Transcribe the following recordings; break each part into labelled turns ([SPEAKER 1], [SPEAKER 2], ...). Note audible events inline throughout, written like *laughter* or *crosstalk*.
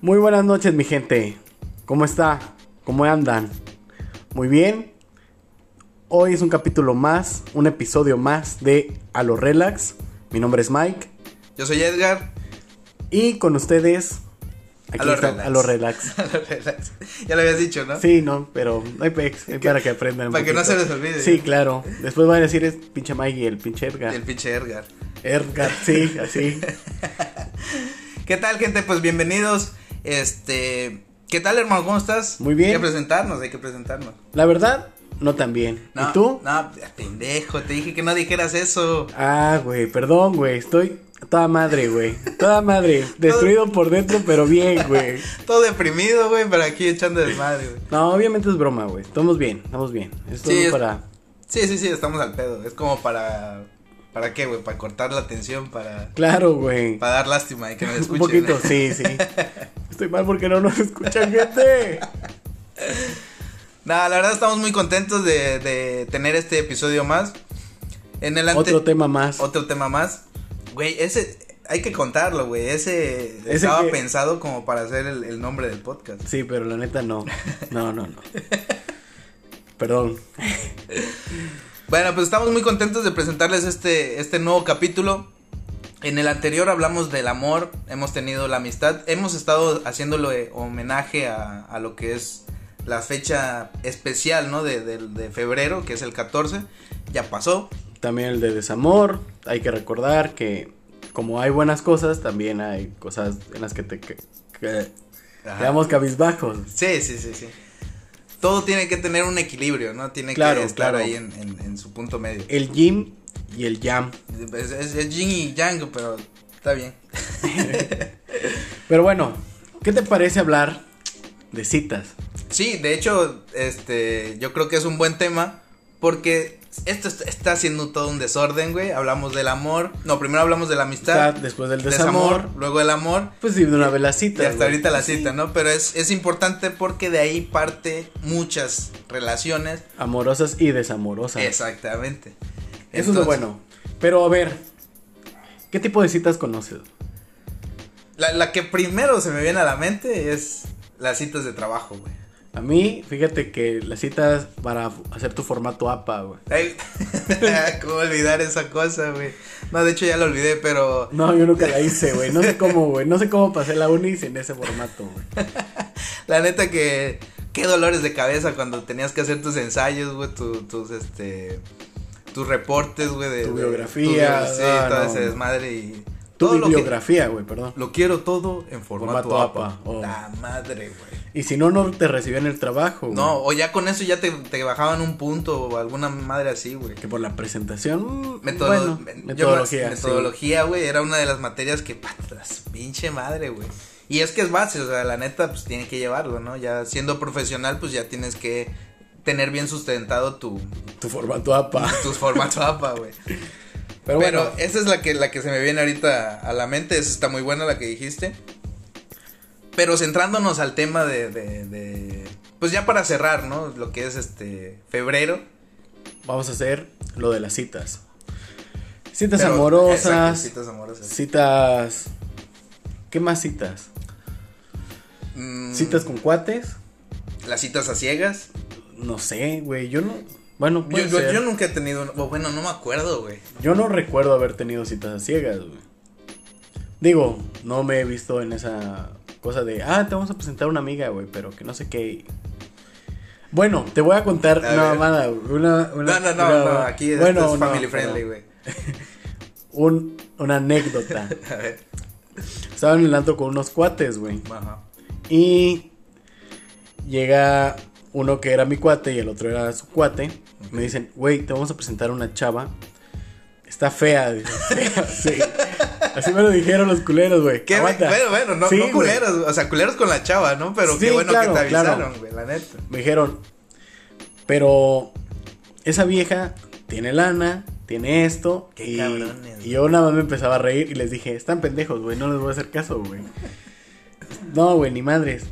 [SPEAKER 1] Muy buenas noches, mi gente. ¿Cómo está? ¿Cómo andan? Muy bien. Hoy es un capítulo más, un episodio más de A lo Relax. Mi nombre es Mike
[SPEAKER 2] Yo
[SPEAKER 1] *laughs*
[SPEAKER 2] soy Edgar.
[SPEAKER 1] y con ustedes aquí
[SPEAKER 2] A lo
[SPEAKER 1] está
[SPEAKER 2] Relax.
[SPEAKER 1] A lo Relax.
[SPEAKER 2] Relax. ya lo habías dicho, ¿no?
[SPEAKER 1] Sí, no, pero hay pex,
[SPEAKER 2] *laughs*
[SPEAKER 1] hay para que aprendan. un
[SPEAKER 2] Para que no
[SPEAKER 1] poquito.
[SPEAKER 2] se les olvide.
[SPEAKER 1] Sí, claro. Después van a decir es pinche Mike y el pinche Edgar.
[SPEAKER 2] El pinche Edgar.
[SPEAKER 1] Edgar, sí,
[SPEAKER 2] *laughs*
[SPEAKER 1] así.
[SPEAKER 2] ¿Qué tal, gente? Pues bienvenidos. Este. ¿Qué tal, hermano? ¿Cómo estás?
[SPEAKER 1] Muy bien.
[SPEAKER 2] Hay que presentarnos, hay que presentarnos.
[SPEAKER 1] La verdad, no tan bien.
[SPEAKER 2] No,
[SPEAKER 1] ¿Y tú?
[SPEAKER 2] No, pendejo, te dije que no dijeras eso.
[SPEAKER 1] Ah, güey, perdón, güey. Estoy toda madre, güey. Toda
[SPEAKER 2] *laughs*
[SPEAKER 1] madre. Destruido por dentro, pero bien, güey.
[SPEAKER 2] Todo deprimido, güey, pero aquí echando desmadre, güey.
[SPEAKER 1] No, obviamente es broma, güey. Estamos bien, estamos bien. Esto
[SPEAKER 2] Sí,
[SPEAKER 1] es
[SPEAKER 2] es-
[SPEAKER 1] para.
[SPEAKER 2] Sí, sí, sí, estamos al pedo. Es como para. ¿Para qué, güey? Para cortar la tensión, para.
[SPEAKER 1] Claro, güey.
[SPEAKER 2] Para dar lástima y que nos
[SPEAKER 1] *laughs* Un
[SPEAKER 2] escuchen. ¿eh? *laughs*
[SPEAKER 1] poquito, sí, sí. Estoy mal porque no nos escuchan, gente.
[SPEAKER 2] Nada, la verdad estamos muy contentos de, de tener este episodio más. En el ante-
[SPEAKER 1] Otro tema más.
[SPEAKER 2] otro tema más. Güey, ese hay que contarlo, güey. Ese,
[SPEAKER 1] Ese
[SPEAKER 2] estaba
[SPEAKER 1] que-
[SPEAKER 2] pensado como para hacer el, el nombre del podcast.
[SPEAKER 1] Sí, pero la neta no. No, no, no. Perdón.
[SPEAKER 2] Bueno, pues estamos muy contentos de presentarles este, este nuevo capítulo. En el anterior hablamos del amor, hemos tenido la amistad, hemos estado haciéndole homenaje a, a lo que es la fecha especial, ¿no? De, del- de febrero, que es el 14, ya pasó.
[SPEAKER 1] También el de desamor. Hay que recordar que, como hay buenas cosas, también hay cosas en las que te. que- que-
[SPEAKER 2] Ajá.
[SPEAKER 1] Quedamos cabizbajos.
[SPEAKER 2] Sí, sí, sí, sí. Todo tiene que tener un equilibrio, ¿no? Tiene
[SPEAKER 1] Claro,
[SPEAKER 2] que estar
[SPEAKER 1] claro.
[SPEAKER 2] ahí en, en- en su punto medio.
[SPEAKER 1] El gym y el jam.
[SPEAKER 2] Es, es- es yin y yang, pero está bien.
[SPEAKER 1] Pero bueno, ¿qué te parece hablar de citas?
[SPEAKER 2] Sí, de hecho, este, yo creo que es un buen tema porque esto est- está haciendo todo un desorden, güey. Hablamos del amor. No, primero hablamos de la
[SPEAKER 1] Está
[SPEAKER 2] amistad,
[SPEAKER 1] después del desamor.
[SPEAKER 2] desamor, luego el amor
[SPEAKER 1] Pues sí, de una vez la
[SPEAKER 2] y
[SPEAKER 1] cita.
[SPEAKER 2] hasta
[SPEAKER 1] güey.
[SPEAKER 2] ahorita la cita, ¿no? Pero es, es importante porque de ahí parte muchas relaciones.
[SPEAKER 1] Amorosas y desamorosas.
[SPEAKER 2] Exactamente.
[SPEAKER 1] Eso es lo
[SPEAKER 2] Entonces,
[SPEAKER 1] bueno. Pero a ver, ¿qué tipo de citas conoces?
[SPEAKER 2] La, la que primero se me viene a la mente es las citas de trabajo, güey.
[SPEAKER 1] A mí, fíjate que las citas para f- hacer tu formato APA, güey.
[SPEAKER 2] Ay, *laughs* ¿Cómo olvidar esa cosa, güey? No, de hecho ya lo olvidé, pero
[SPEAKER 1] No, yo nunca la hice, güey. No
[SPEAKER 2] *laughs*
[SPEAKER 1] sé cómo, güey. No sé cómo pasé la uni sin ese formato, güey.
[SPEAKER 2] la neta que qué dolores de cabeza cuando tenías que hacer tus ensayos, güey, tu- tus este tus reportes, güey, de
[SPEAKER 1] Tu
[SPEAKER 2] de-
[SPEAKER 1] biografía,
[SPEAKER 2] tu bio- sí,
[SPEAKER 1] ah,
[SPEAKER 2] todo
[SPEAKER 1] no,
[SPEAKER 2] ese
[SPEAKER 1] no.
[SPEAKER 2] desmadre y
[SPEAKER 1] Tu
[SPEAKER 2] todo lo que-
[SPEAKER 1] bibliografía, güey, perdón.
[SPEAKER 2] Lo, quiero todo en formato,
[SPEAKER 1] Formato
[SPEAKER 2] APA.
[SPEAKER 1] APA, oh.
[SPEAKER 2] La madre, güey.
[SPEAKER 1] Y si no, no te recibían el trabajo, güey.
[SPEAKER 2] No, o ya con eso ya te, te bajaban un punto o alguna madre así, güey.
[SPEAKER 1] Que por la presentación. mm,
[SPEAKER 2] Metodo-
[SPEAKER 1] bueno,
[SPEAKER 2] me- yo me-
[SPEAKER 1] metodología. sí.
[SPEAKER 2] metodología, güey, era una de las materias que, patas, pinche madre, güey. Y es que es base, o sea, la neta, pues tiene que llevarlo, ¿no? Ya siendo profesional, pues ya tienes que tener bien sustentado tu,
[SPEAKER 1] Tu formato APA.
[SPEAKER 2] tus formatos *laughs* APA, güey.
[SPEAKER 1] Pero
[SPEAKER 2] Pero,
[SPEAKER 1] bueno,
[SPEAKER 2] esa es la que, la que se me viene ahorita a la mente, esa está muy buena la que dijiste. Pero centrándonos al tema de, de- de- pues ya para cerrar, ¿no? Lo que es este febrero. eh,
[SPEAKER 1] vamos a hacer lo de las citas. Citas
[SPEAKER 2] Pero-
[SPEAKER 1] amorosas.
[SPEAKER 2] Exacto, citas amorosas.
[SPEAKER 1] Citas. ¿Qué más citas?
[SPEAKER 2] Mm,
[SPEAKER 1] ¿Citas con cuates?
[SPEAKER 2] Las citas a ciegas.
[SPEAKER 1] No sé, güey. Yo no. Bueno,
[SPEAKER 2] Yo,
[SPEAKER 1] puede
[SPEAKER 2] yo-
[SPEAKER 1] ser.
[SPEAKER 2] yo nunca he tenido. una- o Bueno, no me acuerdo, güey.
[SPEAKER 1] Yo no recuerdo haber tenido citas a ciegas, güey. Digo, no me he visto en esa cosa de, ah, te vamos a presentar a una amiga, güey, pero que no sé qué. Bueno, te voy a contar
[SPEAKER 2] A
[SPEAKER 1] una
[SPEAKER 2] ver.
[SPEAKER 1] mamada, güey, una,
[SPEAKER 2] No,
[SPEAKER 1] una-
[SPEAKER 2] no, no,
[SPEAKER 1] una-
[SPEAKER 2] no, aquí esto
[SPEAKER 1] Bueno,
[SPEAKER 2] es pues
[SPEAKER 1] no,
[SPEAKER 2] family
[SPEAKER 1] pero
[SPEAKER 2] friendly, güey.
[SPEAKER 1] un- una anécdota.
[SPEAKER 2] A ver.
[SPEAKER 1] Estaba en el antro con unos cuates, güey,
[SPEAKER 2] Ajá.
[SPEAKER 1] y llega uno que era mi cuate y el otro era su cuate. Me dicen, güey, te vamos a presentar a una chava. Está fea, *laughs* dice, fea, sí. Así me lo dijeron los culeros, güey.
[SPEAKER 2] Qué
[SPEAKER 1] Aguanta.
[SPEAKER 2] bueno, bueno, no,
[SPEAKER 1] Sí,
[SPEAKER 2] no
[SPEAKER 1] güey.
[SPEAKER 2] culeros, o sea, culeros con la chava, ¿no? Pero
[SPEAKER 1] Sí,
[SPEAKER 2] qué bueno
[SPEAKER 1] claro,
[SPEAKER 2] que te
[SPEAKER 1] claro.
[SPEAKER 2] avisaron, güey, la neta.
[SPEAKER 1] Me dijeron, pero esa vieja tiene lana, tiene esto.
[SPEAKER 2] Qué
[SPEAKER 1] y,
[SPEAKER 2] cabrones,
[SPEAKER 1] y yo nada más me empezaba a reír y les dije, están
[SPEAKER 2] *laughs*
[SPEAKER 1] pendejos, güey, no les voy a hacer caso, güey. No, güey, ni madres.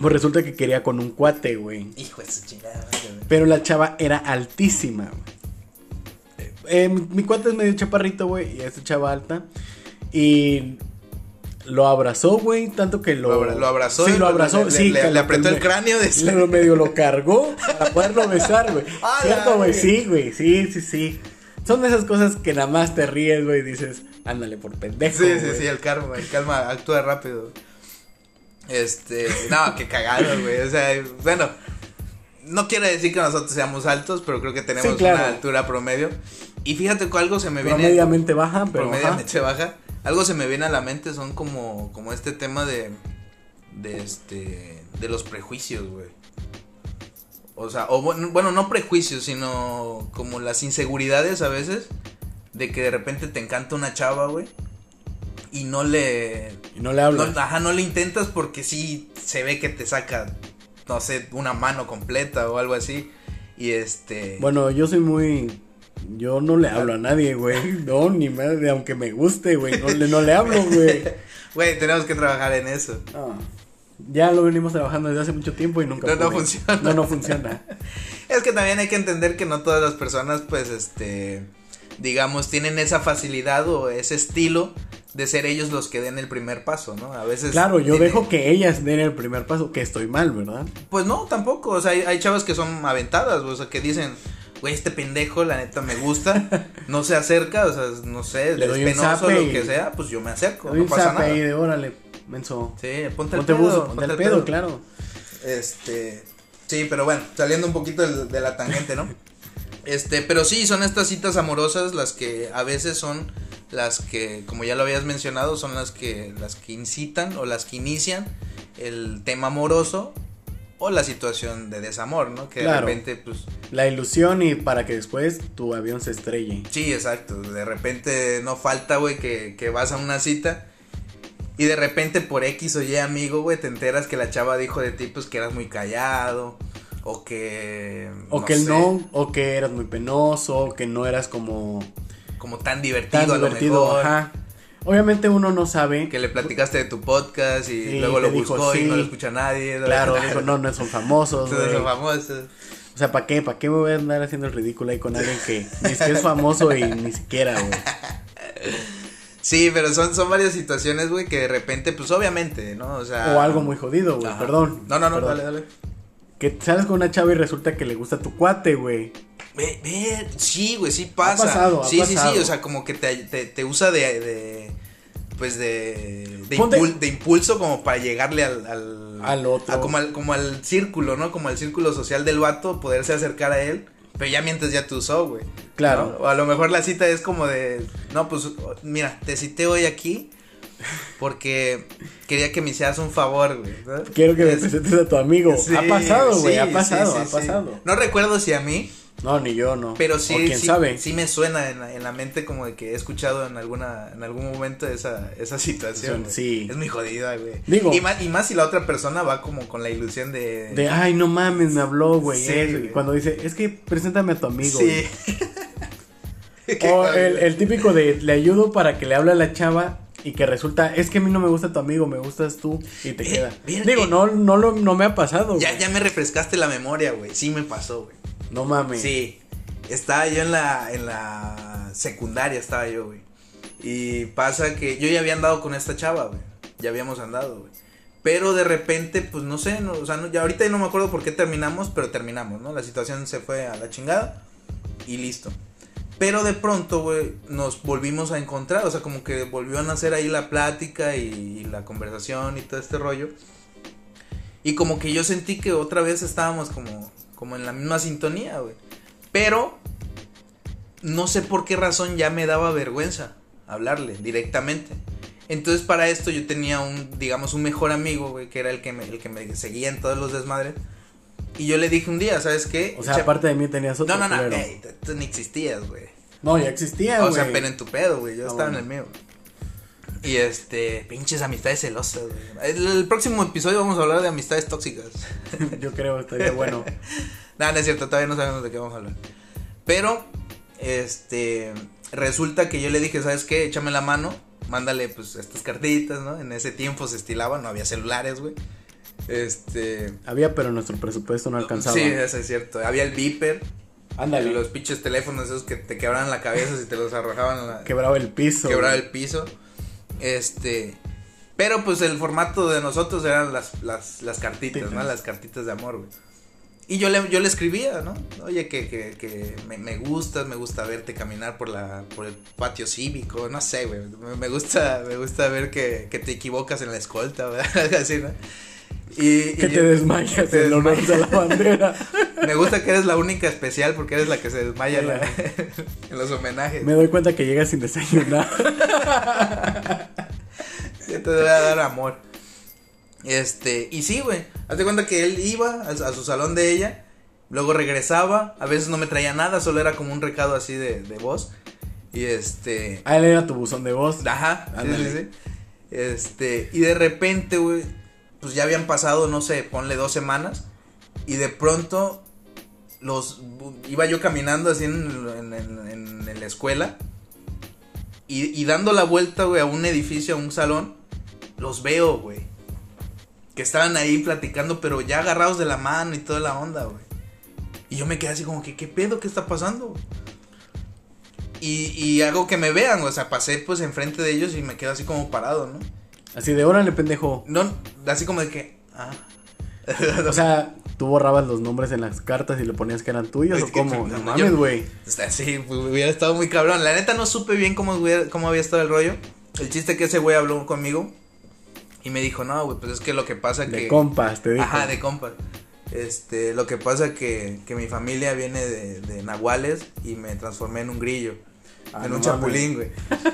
[SPEAKER 1] Pues resulta que quería con un cuate, güey.
[SPEAKER 2] Hijo de su chingada madre, güey.
[SPEAKER 1] Pero la chava era altísima, güey. Eh, mi, mi cuate es medio chaparrito, güey, y esta chava alta. Y lo abrazó, güey, tanto que lo...
[SPEAKER 2] Lo, abra- lo abrazó.
[SPEAKER 1] Sí,
[SPEAKER 2] y
[SPEAKER 1] lo abrazó,
[SPEAKER 2] le,
[SPEAKER 1] sí.
[SPEAKER 2] le-
[SPEAKER 1] que
[SPEAKER 2] le
[SPEAKER 1] lo-
[SPEAKER 2] apretó el
[SPEAKER 1] me-
[SPEAKER 2] cráneo. De
[SPEAKER 1] *laughs* le- lo medio
[SPEAKER 2] *laughs*
[SPEAKER 1] lo cargó para poderlo besar, güey.
[SPEAKER 2] ¡A la
[SPEAKER 1] Cierto, güey,
[SPEAKER 2] verga!
[SPEAKER 1] sí, güey, sí, sí, sí. Son de esas cosas que nada más te ríes, güey, y dices, ándale por pendejo,
[SPEAKER 2] Sí, sí,
[SPEAKER 1] güey.
[SPEAKER 2] sí, el calma, el calma actúa rápido. Este, no, qué cagado, güey. O sea, bueno, no quiere decir que nosotros seamos altos, pero creo que tenemos
[SPEAKER 1] Sí, claro.
[SPEAKER 2] una altura promedio. Y fíjate que algo se me viene.
[SPEAKER 1] Promediamente baja, pero
[SPEAKER 2] promediamente baja. Algo se me viene a la mente, son como, como este tema de, de este, de los prejuicios, güey. O sea, o bueno, bueno, no prejuicios, sino como las inseguridades a veces de que de repente te encanta una chava, güey, y no le,
[SPEAKER 1] ajá, y no le habla.
[SPEAKER 2] no, ajá, no le intentas porque sí se ve que te saca, no sé, una mano completa o algo así. Y este.
[SPEAKER 1] Bueno, yo soy muy. Yo no le hablo a nadie,
[SPEAKER 2] *laughs*
[SPEAKER 1] güey. No, ni madre, aunque me guste, güey. No le, no le hablo,
[SPEAKER 2] *laughs*
[SPEAKER 1] güey.
[SPEAKER 2] Güey, tenemos que trabajar en eso.
[SPEAKER 1] Ah, ya lo venimos trabajando desde hace mucho tiempo y nunca.
[SPEAKER 2] No, no
[SPEAKER 1] pude.
[SPEAKER 2] funciona.
[SPEAKER 1] No, no funciona.
[SPEAKER 2] *laughs* Es que también hay que entender que no todas las personas, pues, este, digamos, tienen esa facilidad o ese estilo de ser ellos los que den el primer paso, ¿no? A veces.
[SPEAKER 1] Claro, yo
[SPEAKER 2] tiene-
[SPEAKER 1] dejo que ellas den el primer paso, que estoy mal, ¿verdad?
[SPEAKER 2] Pues no, tampoco. O sea, hay, hay chavas que son aventadas, o sea, que dicen, güey, este pendejo, la neta
[SPEAKER 1] *laughs*
[SPEAKER 2] me gusta, no se acerca, o sea, no sé,
[SPEAKER 1] Le
[SPEAKER 2] es
[SPEAKER 1] doy un
[SPEAKER 2] penoso
[SPEAKER 1] zape
[SPEAKER 2] lo
[SPEAKER 1] y-
[SPEAKER 2] que sea, pues yo me acerco,
[SPEAKER 1] Doy
[SPEAKER 2] no
[SPEAKER 1] un
[SPEAKER 2] pasa
[SPEAKER 1] zape
[SPEAKER 2] nada.
[SPEAKER 1] ahí de órale, menso.
[SPEAKER 2] Sí, ponte,
[SPEAKER 1] Ponte
[SPEAKER 2] el pedo,
[SPEAKER 1] buzo, ponte, el pedo, claro.
[SPEAKER 2] Este. Sí, pero bueno, saliendo un poquito del- de, la tangente, ¿no? Este, pero sí, son estas citas amorosas las que a veces son las que, como ya lo habías mencionado, son las que, las que incitan o las que inician el tema amoroso o la situación de desamor, ¿no? Que
[SPEAKER 1] Claro.
[SPEAKER 2] de repente, pues,
[SPEAKER 1] La ilusión y para que después tu avión se estrelle.
[SPEAKER 2] Sí, exacto. De repente no falta, güey, que, que vas a una cita. Y de repente por X o Y amigo, güey, te enteras que la chava dijo de ti, pues que eras muy callado. O que.
[SPEAKER 1] O que el
[SPEAKER 2] sé,
[SPEAKER 1] no, o que eras muy penoso, o que no eras como
[SPEAKER 2] Como tan divertido,
[SPEAKER 1] tan
[SPEAKER 2] a lo
[SPEAKER 1] divertido.
[SPEAKER 2] mejor.
[SPEAKER 1] Ajá. Obviamente uno no sabe.
[SPEAKER 2] Que le platicaste de tu podcast y
[SPEAKER 1] Sí,
[SPEAKER 2] luego lo
[SPEAKER 1] te dijo,
[SPEAKER 2] buscó y
[SPEAKER 1] sí.
[SPEAKER 2] no lo escucha nadie. ¿no? *laughs*
[SPEAKER 1] Claro, dijo, no, no son famosos,
[SPEAKER 2] Entonces,
[SPEAKER 1] güey.
[SPEAKER 2] los famosos.
[SPEAKER 1] O sea, ¿para qué? ¿Para qué me voy a andar haciendo el ridículo ahí con alguien que ni siquiera es famoso y ni siquiera, güey?
[SPEAKER 2] Sí, pero son, son varias situaciones, güey, que de repente, pues obviamente, ¿no? O sea.
[SPEAKER 1] O algo muy jodido, güey,
[SPEAKER 2] Ajá.
[SPEAKER 1] perdón.
[SPEAKER 2] No, no, no,
[SPEAKER 1] perdón.
[SPEAKER 2] dale, dale.
[SPEAKER 1] Que sales con una chava y resulta que le gusta tu cuate, güey.
[SPEAKER 2] Ve, ve, sí, güey, sí pasa.
[SPEAKER 1] pasado, ha
[SPEAKER 2] sí, sí, sí,
[SPEAKER 1] pasado.
[SPEAKER 2] o sea, como que te, te, te usa de, de- pues de de,
[SPEAKER 1] Ponte-
[SPEAKER 2] impul- de impulso como para llegarle al al,
[SPEAKER 1] Al otro.
[SPEAKER 2] a como al como al círculo, ¿no? Como al círculo social del vato, poderse acercar a él. Pero ya mientras ya te usó, güey.
[SPEAKER 1] Claro.
[SPEAKER 2] ¿no? O a lo mejor la cita es como de, no, pues mira, te cité hoy aquí porque quería que me hicieras un favor, güey. ¿no?
[SPEAKER 1] Quiero que me
[SPEAKER 2] Es-
[SPEAKER 1] presentes a tu amigo.
[SPEAKER 2] Sí,
[SPEAKER 1] ha pasado, güey,
[SPEAKER 2] sí,
[SPEAKER 1] ha
[SPEAKER 2] sí,
[SPEAKER 1] pasado,
[SPEAKER 2] sí,
[SPEAKER 1] ha
[SPEAKER 2] sí.
[SPEAKER 1] pasado.
[SPEAKER 2] No recuerdo si a mí,
[SPEAKER 1] No, ni yo, no.
[SPEAKER 2] pero sí,
[SPEAKER 1] O quién
[SPEAKER 2] sí,
[SPEAKER 1] sabe.
[SPEAKER 2] sí me suena en la, en la mente como de que he escuchado en alguna en algún momento esa, esa situación. güey.
[SPEAKER 1] Sí.
[SPEAKER 2] Es muy jodida, güey.
[SPEAKER 1] Digo-
[SPEAKER 2] Y más, y más si la otra persona va como con la ilusión de...
[SPEAKER 1] De, ay, no mames, me habló, güey.
[SPEAKER 2] Sí,
[SPEAKER 1] eso", y
[SPEAKER 2] güey.
[SPEAKER 1] Cuando dice, es que preséntame a tu amigo. güey.
[SPEAKER 2] sí. Qué
[SPEAKER 1] O
[SPEAKER 2] jodida.
[SPEAKER 1] el, el típico de le ayudo para que le hable a la chava y que resulta, es que a mí no me gusta tu amigo, me gustas tú y te
[SPEAKER 2] Eh,
[SPEAKER 1] queda.
[SPEAKER 2] mira,
[SPEAKER 1] Digo,
[SPEAKER 2] eh.
[SPEAKER 1] no, no, lo, no me ha pasado.
[SPEAKER 2] Ya,
[SPEAKER 1] güey.
[SPEAKER 2] ya me refrescaste la memoria, güey. Sí me pasó, güey.
[SPEAKER 1] No mames.
[SPEAKER 2] Sí. Estaba yo en la, en la secundaria, estaba yo, güey. Y pasa que yo ya había andado con esta chava, güey. Ya habíamos andado, güey. Pero de repente, pues no sé, no, o sea, no- ya ahorita no me acuerdo por qué terminamos, pero terminamos, ¿no? La situación se fue a la chingada y listo. Pero de pronto, güey, nos volvimos a encontrar, o sea, como que volvió a nacer ahí la plática y, y la conversación y todo este rollo. Y como que yo sentí que otra vez estábamos como, como en la misma sintonía, güey. Pero no sé por qué razón ya me daba vergüenza hablarle directamente. Entonces para esto yo tenía un, digamos, un mejor amigo, güey, que era el que me, el que me seguía en todos los desmadres. Y yo le dije un día, ¿sabes qué?
[SPEAKER 1] O sea,
[SPEAKER 2] Echa-
[SPEAKER 1] aparte de mí tenías otro.
[SPEAKER 2] no, no, no,
[SPEAKER 1] culero.
[SPEAKER 2] ey, tú- tú ni existías, güey.
[SPEAKER 1] No, ya existía,
[SPEAKER 2] O
[SPEAKER 1] güey.
[SPEAKER 2] sea, pero en tu pedo, güey. Yo
[SPEAKER 1] Ah,
[SPEAKER 2] estaba en
[SPEAKER 1] bueno.
[SPEAKER 2] el mío. Y este, pinches amistades celosas, güey. El, el próximo episodio vamos a hablar de amistades tóxicas.
[SPEAKER 1] *laughs* Yo creo, estaría bueno.
[SPEAKER 2] *laughs* No, no es cierto, todavía no sabemos de qué vamos a hablar. Pero, este, resulta que yo le dije, ¿sabes qué? Échame la mano, mándale, pues, estas cartitas, ¿no? En ese tiempo se estilaba, no había celulares, güey. Este.
[SPEAKER 1] Había, pero nuestro presupuesto no alcanzaba.
[SPEAKER 2] Sí, eso es cierto. Había el beeper.
[SPEAKER 1] Ándale.
[SPEAKER 2] Los pinches teléfonos esos que te quebraban la cabeza si te los arrojaban. en la-
[SPEAKER 1] Quebraba el piso.
[SPEAKER 2] quebrar
[SPEAKER 1] güey.
[SPEAKER 2] el piso. Este. Pero pues el formato de nosotros eran las, las, las cartitas, ¿no?
[SPEAKER 1] Cartitas.
[SPEAKER 2] Las cartitas de amor, güey. Y yo le, yo le escribía, ¿no? Oye, que, que, que me, me gustas, me gusta verte caminar por la por el patio cívico, no sé, güey. Me, me gusta me gusta ver que, que te equivocas en la escolta, *laughs* ¿verdad? Así, ¿no? Y, y
[SPEAKER 1] Que te
[SPEAKER 2] yo-
[SPEAKER 1] desmayas
[SPEAKER 2] *laughs* te
[SPEAKER 1] en honor
[SPEAKER 2] desmayas.
[SPEAKER 1] a la bandera.
[SPEAKER 2] *laughs* me gusta que eres la única especial porque eres la que se desmaya en la- *laughs* en los homenajes.
[SPEAKER 1] Me doy cuenta que llegas sin
[SPEAKER 2] *laughs*
[SPEAKER 1] desayunar.
[SPEAKER 2] Yo te voy a dar amor. Este, y sí, güey. Hazte cuenta que él iba a, a su salón de ella, luego regresaba, a veces no me traía nada, solo era como un recado así de, de voz. Y este.
[SPEAKER 1] Ah, él era tu buzón de voz.
[SPEAKER 2] Ajá, sí,
[SPEAKER 1] Ándale.
[SPEAKER 2] sí, sí. Este, y de repente, güey, pues ya habían pasado, no sé, ponle dos semanas. Y de pronto, los. Iba yo caminando así en, en- en- en- en la escuela. Y, y dando la vuelta, güey, a un edificio, a un salón. Los veo, güey. Que estaban ahí platicando, pero ya agarrados de la mano y toda la onda, güey. Y yo me quedé así como que, ¿qué pedo? ¿Qué está pasando? Y, y hago que me vean, o sea, pasé pues enfrente de ellos y me quedo así como parado, ¿no?
[SPEAKER 1] Así de órale, pendejo.
[SPEAKER 2] No, así como de que, ah. *laughs*
[SPEAKER 1] O sea, tú borrabas los nombres en las cartas y le ponías que eran tuyos
[SPEAKER 2] Es
[SPEAKER 1] o
[SPEAKER 2] que,
[SPEAKER 1] cómo.
[SPEAKER 2] no,
[SPEAKER 1] No
[SPEAKER 2] yo-
[SPEAKER 1] mames, güey.
[SPEAKER 2] Sí, pues, hubiera estado muy cabrón. La neta no supe bien cómo, hubiera- cómo había estado el rollo. El chiste que ese güey habló conmigo y me dijo, no, güey, pues es que lo que pasa
[SPEAKER 1] De
[SPEAKER 2] que...
[SPEAKER 1] compas, te digo.
[SPEAKER 2] Ajá, de compas. Este, lo que pasa que, que mi familia viene de, de Nahuales y me transformé en un grillo.
[SPEAKER 1] Ah,
[SPEAKER 2] en
[SPEAKER 1] no
[SPEAKER 2] un
[SPEAKER 1] mames.
[SPEAKER 2] chapulín, güey.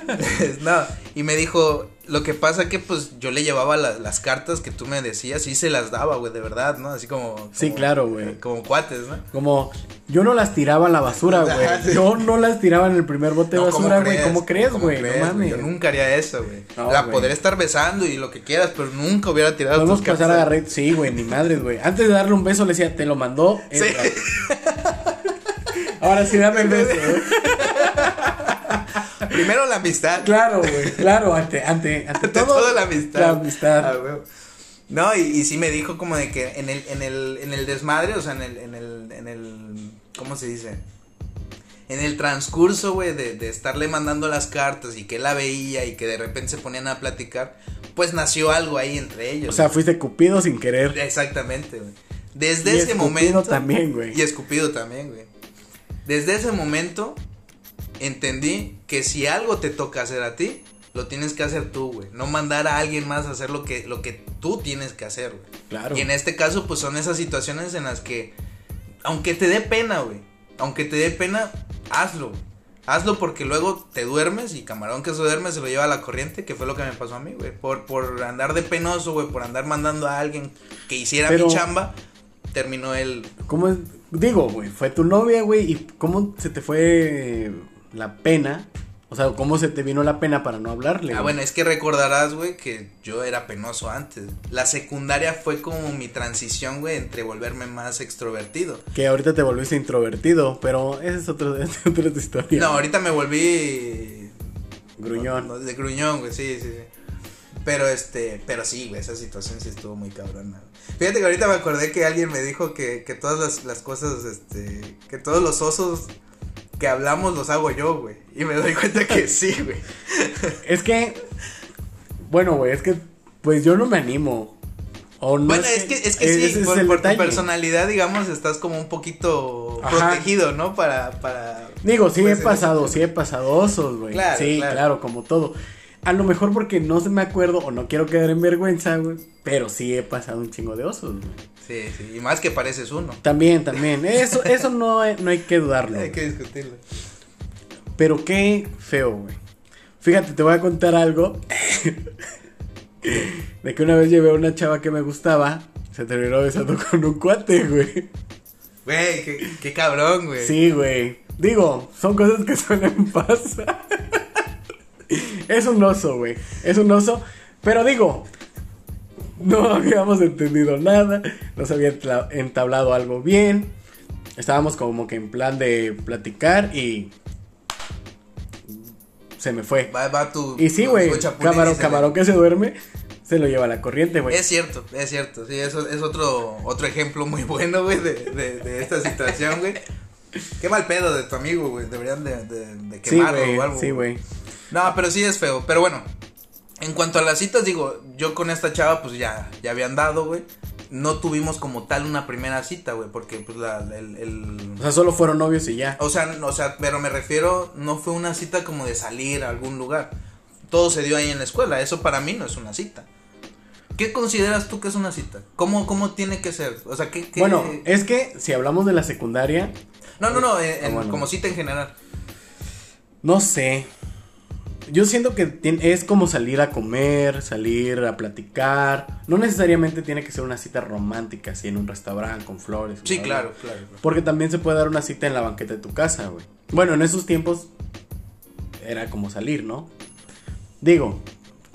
[SPEAKER 2] *laughs* no, y me dijo, lo que pasa que pues yo le llevaba la- las cartas que tú me decías y se las daba, güey, de verdad, ¿no? Así como...
[SPEAKER 1] Sí,
[SPEAKER 2] como- eh,
[SPEAKER 1] claro, güey.
[SPEAKER 2] Como cuates, ¿no?
[SPEAKER 1] Como, yo no las tiraba a la basura,
[SPEAKER 2] Ajá, sí.
[SPEAKER 1] güey. Yo no las tiraba en el primer bote
[SPEAKER 2] No,
[SPEAKER 1] de
[SPEAKER 2] ¿cómo
[SPEAKER 1] basura, güey.
[SPEAKER 2] crees?
[SPEAKER 1] ¿Cómo crees, güey? No
[SPEAKER 2] güey?
[SPEAKER 1] mames.
[SPEAKER 2] Yo nunca haría eso, güey.
[SPEAKER 1] No,
[SPEAKER 2] la
[SPEAKER 1] güey.
[SPEAKER 2] podré estar besando y lo que quieras, pero nunca hubiera tirado
[SPEAKER 1] Podemos
[SPEAKER 2] tus
[SPEAKER 1] pasar a
[SPEAKER 2] cartas.
[SPEAKER 1] la red. Sí, güey, ni madres, güey. Antes de darle un beso le decía, te lo mandó.
[SPEAKER 2] Sí.
[SPEAKER 1] entra. Ahora sí dame el beso, güey.
[SPEAKER 2] Primero
[SPEAKER 1] *laughs*
[SPEAKER 2] la amistad.
[SPEAKER 1] Claro, güey. Claro, ante, ante, ante,
[SPEAKER 2] Ante
[SPEAKER 1] todo.
[SPEAKER 2] todo la amistad.
[SPEAKER 1] La amistad.
[SPEAKER 2] Ah, huevo. No, y, y sí me dijo como de que en el, en el, en el desmadre, o sea, en el, en el, en el, ¿cómo se dice? En el transcurso, güey, de, de estarle mandando las cartas y que él la veía y que de repente se ponían a platicar, pues nació algo ahí entre ellos.
[SPEAKER 1] O sea, fuiste cupido sin querer.
[SPEAKER 2] exactamente, güey.
[SPEAKER 1] Y
[SPEAKER 2] Desde ese
[SPEAKER 1] escupido
[SPEAKER 2] momento.
[SPEAKER 1] también, güey.
[SPEAKER 2] Y escupido también, güey. Desde ese momento entendí que si algo te toca hacer a ti, lo tienes que hacer tú, güey. No mandar a alguien más a hacer lo que, lo que tú tienes que hacer, güey.
[SPEAKER 1] Claro.
[SPEAKER 2] Y en este caso, pues son esas situaciones en las que, aunque te dé pena, güey, aunque te dé pena, hazlo. güey. Hazlo porque luego te duermes y camarón que se duerme se lo lleva a la corriente, que fue lo que me pasó a mí, güey. Por, por andar de penoso, güey, por andar mandando a alguien que hiciera
[SPEAKER 1] Pero-
[SPEAKER 2] mi chamba, terminó él.
[SPEAKER 1] ¿Cómo es? Digo, güey, fue tu novia, güey, y cómo se te fue eh, la pena. O sea, ¿cómo se te vino la pena para no hablarle?
[SPEAKER 2] Ah,
[SPEAKER 1] güey?
[SPEAKER 2] bueno, es que recordarás, güey, que yo era penoso antes. La secundaria fue como mi transición, güey, entre volverme más extrovertido.
[SPEAKER 1] Que ahorita te volviste introvertido, pero esa es otro- *laughs* esa es otra historia.
[SPEAKER 2] No, ahorita me volví
[SPEAKER 1] Gruñón.
[SPEAKER 2] No, de gruñón, güey, sí, sí, sí. Pero este, pero sí, güey, esa situación sí estuvo muy cabrona. güey. Fíjate que ahorita me acordé que alguien me dijo que, que todas las, las cosas, este, que todos los osos que hablamos los hago yo, güey. Y me doy cuenta que sí, güey.
[SPEAKER 1] Es que. Bueno, güey, es que. Pues yo no me animo. O no E-,
[SPEAKER 2] bueno, es que, es que
[SPEAKER 1] ese
[SPEAKER 2] sí,
[SPEAKER 1] es
[SPEAKER 2] por,
[SPEAKER 1] el
[SPEAKER 2] por tu
[SPEAKER 1] detalle.
[SPEAKER 2] personalidad, digamos, estás como un poquito
[SPEAKER 1] Ajá.
[SPEAKER 2] protegido, ¿no? Para, para.
[SPEAKER 1] Digo, sí
[SPEAKER 2] pues,
[SPEAKER 1] he
[SPEAKER 2] en
[SPEAKER 1] pasado,
[SPEAKER 2] ese-
[SPEAKER 1] sí he pasado osos, güey.
[SPEAKER 2] Claro,
[SPEAKER 1] sí,
[SPEAKER 2] claro.
[SPEAKER 1] claro. como todo. A lo mejor porque no se me acuerdo o no quiero quedar en vergüenza, güey. Pero sí he pasado un chingo de osos, güey.
[SPEAKER 2] Sí, sí, y más que pareces uno.
[SPEAKER 1] También, también. Eso, eso no, hay- no hay que dudarlo.
[SPEAKER 2] Hay
[SPEAKER 1] güey.
[SPEAKER 2] que discutirlo.
[SPEAKER 1] Pero qué feo, güey. Fíjate, te voy a contar algo. *laughs* de que una vez llevé a una chava que me gustaba. Se terminó besando con un cuate, güey.
[SPEAKER 2] Güey, qué, qué cabrón, güey.
[SPEAKER 1] Sí, güey. Digo, son cosas que *laughs* suelen pasar. es un oso, güey. Es un oso. Pero digo, no *laughs* habíamos entendido nada. No se había entla- entablado algo bien. Estábamos como que en plan de platicar y. Se me fue.
[SPEAKER 2] Va, va tu.
[SPEAKER 1] Y sí,
[SPEAKER 2] tu-
[SPEAKER 1] güey.
[SPEAKER 2] tu chapulín y
[SPEAKER 1] Camarón,
[SPEAKER 2] se le-
[SPEAKER 1] camarón que se duerme. Se lo lleva la corriente, güey.
[SPEAKER 2] Es cierto, es cierto. Sí, eso es otro, otro ejemplo muy bueno, güey, de, de, de esta situación, güey. Qué mal pedo de tu amigo, güey. Deberían de, de, de
[SPEAKER 1] Sí,
[SPEAKER 2] quemarlo
[SPEAKER 1] güey.
[SPEAKER 2] o algo.
[SPEAKER 1] Sí, güey.
[SPEAKER 2] No, pero sí es feo. Pero bueno, en cuanto a las citas, digo, yo con esta chava, pues ya, ya habían dado, güey. No tuvimos como tal una primera cita, güey, porque pues la, el, el-
[SPEAKER 1] O sea, solo fueron novios y ya.
[SPEAKER 2] O sea, no- o sea, pero me refiero, no fue una cita como de salir a algún lugar. Todo se dio ahí en la escuela, eso para mí no es una cita. ¿Qué consideras tú que es una cita? ¿Cómo, cómo tiene que ser? O sea, ¿qué...? qué-
[SPEAKER 1] Bueno, es que si hablamos de la secundaria,
[SPEAKER 2] no, no, no, en- en-
[SPEAKER 1] Ah, bueno.
[SPEAKER 2] como cita en general.
[SPEAKER 1] no sé. Yo siento que tien- es como salir a comer, salir a platicar. No necesariamente tiene que ser una cita romántica, así en un restaurante con flores.
[SPEAKER 2] Sí,
[SPEAKER 1] bla, bla.
[SPEAKER 2] claro, claro. claro.
[SPEAKER 1] Porque también se puede dar una cita en la banqueta de tu casa, güey. Bueno, en esos tiempos era como salir, ¿no? Digo,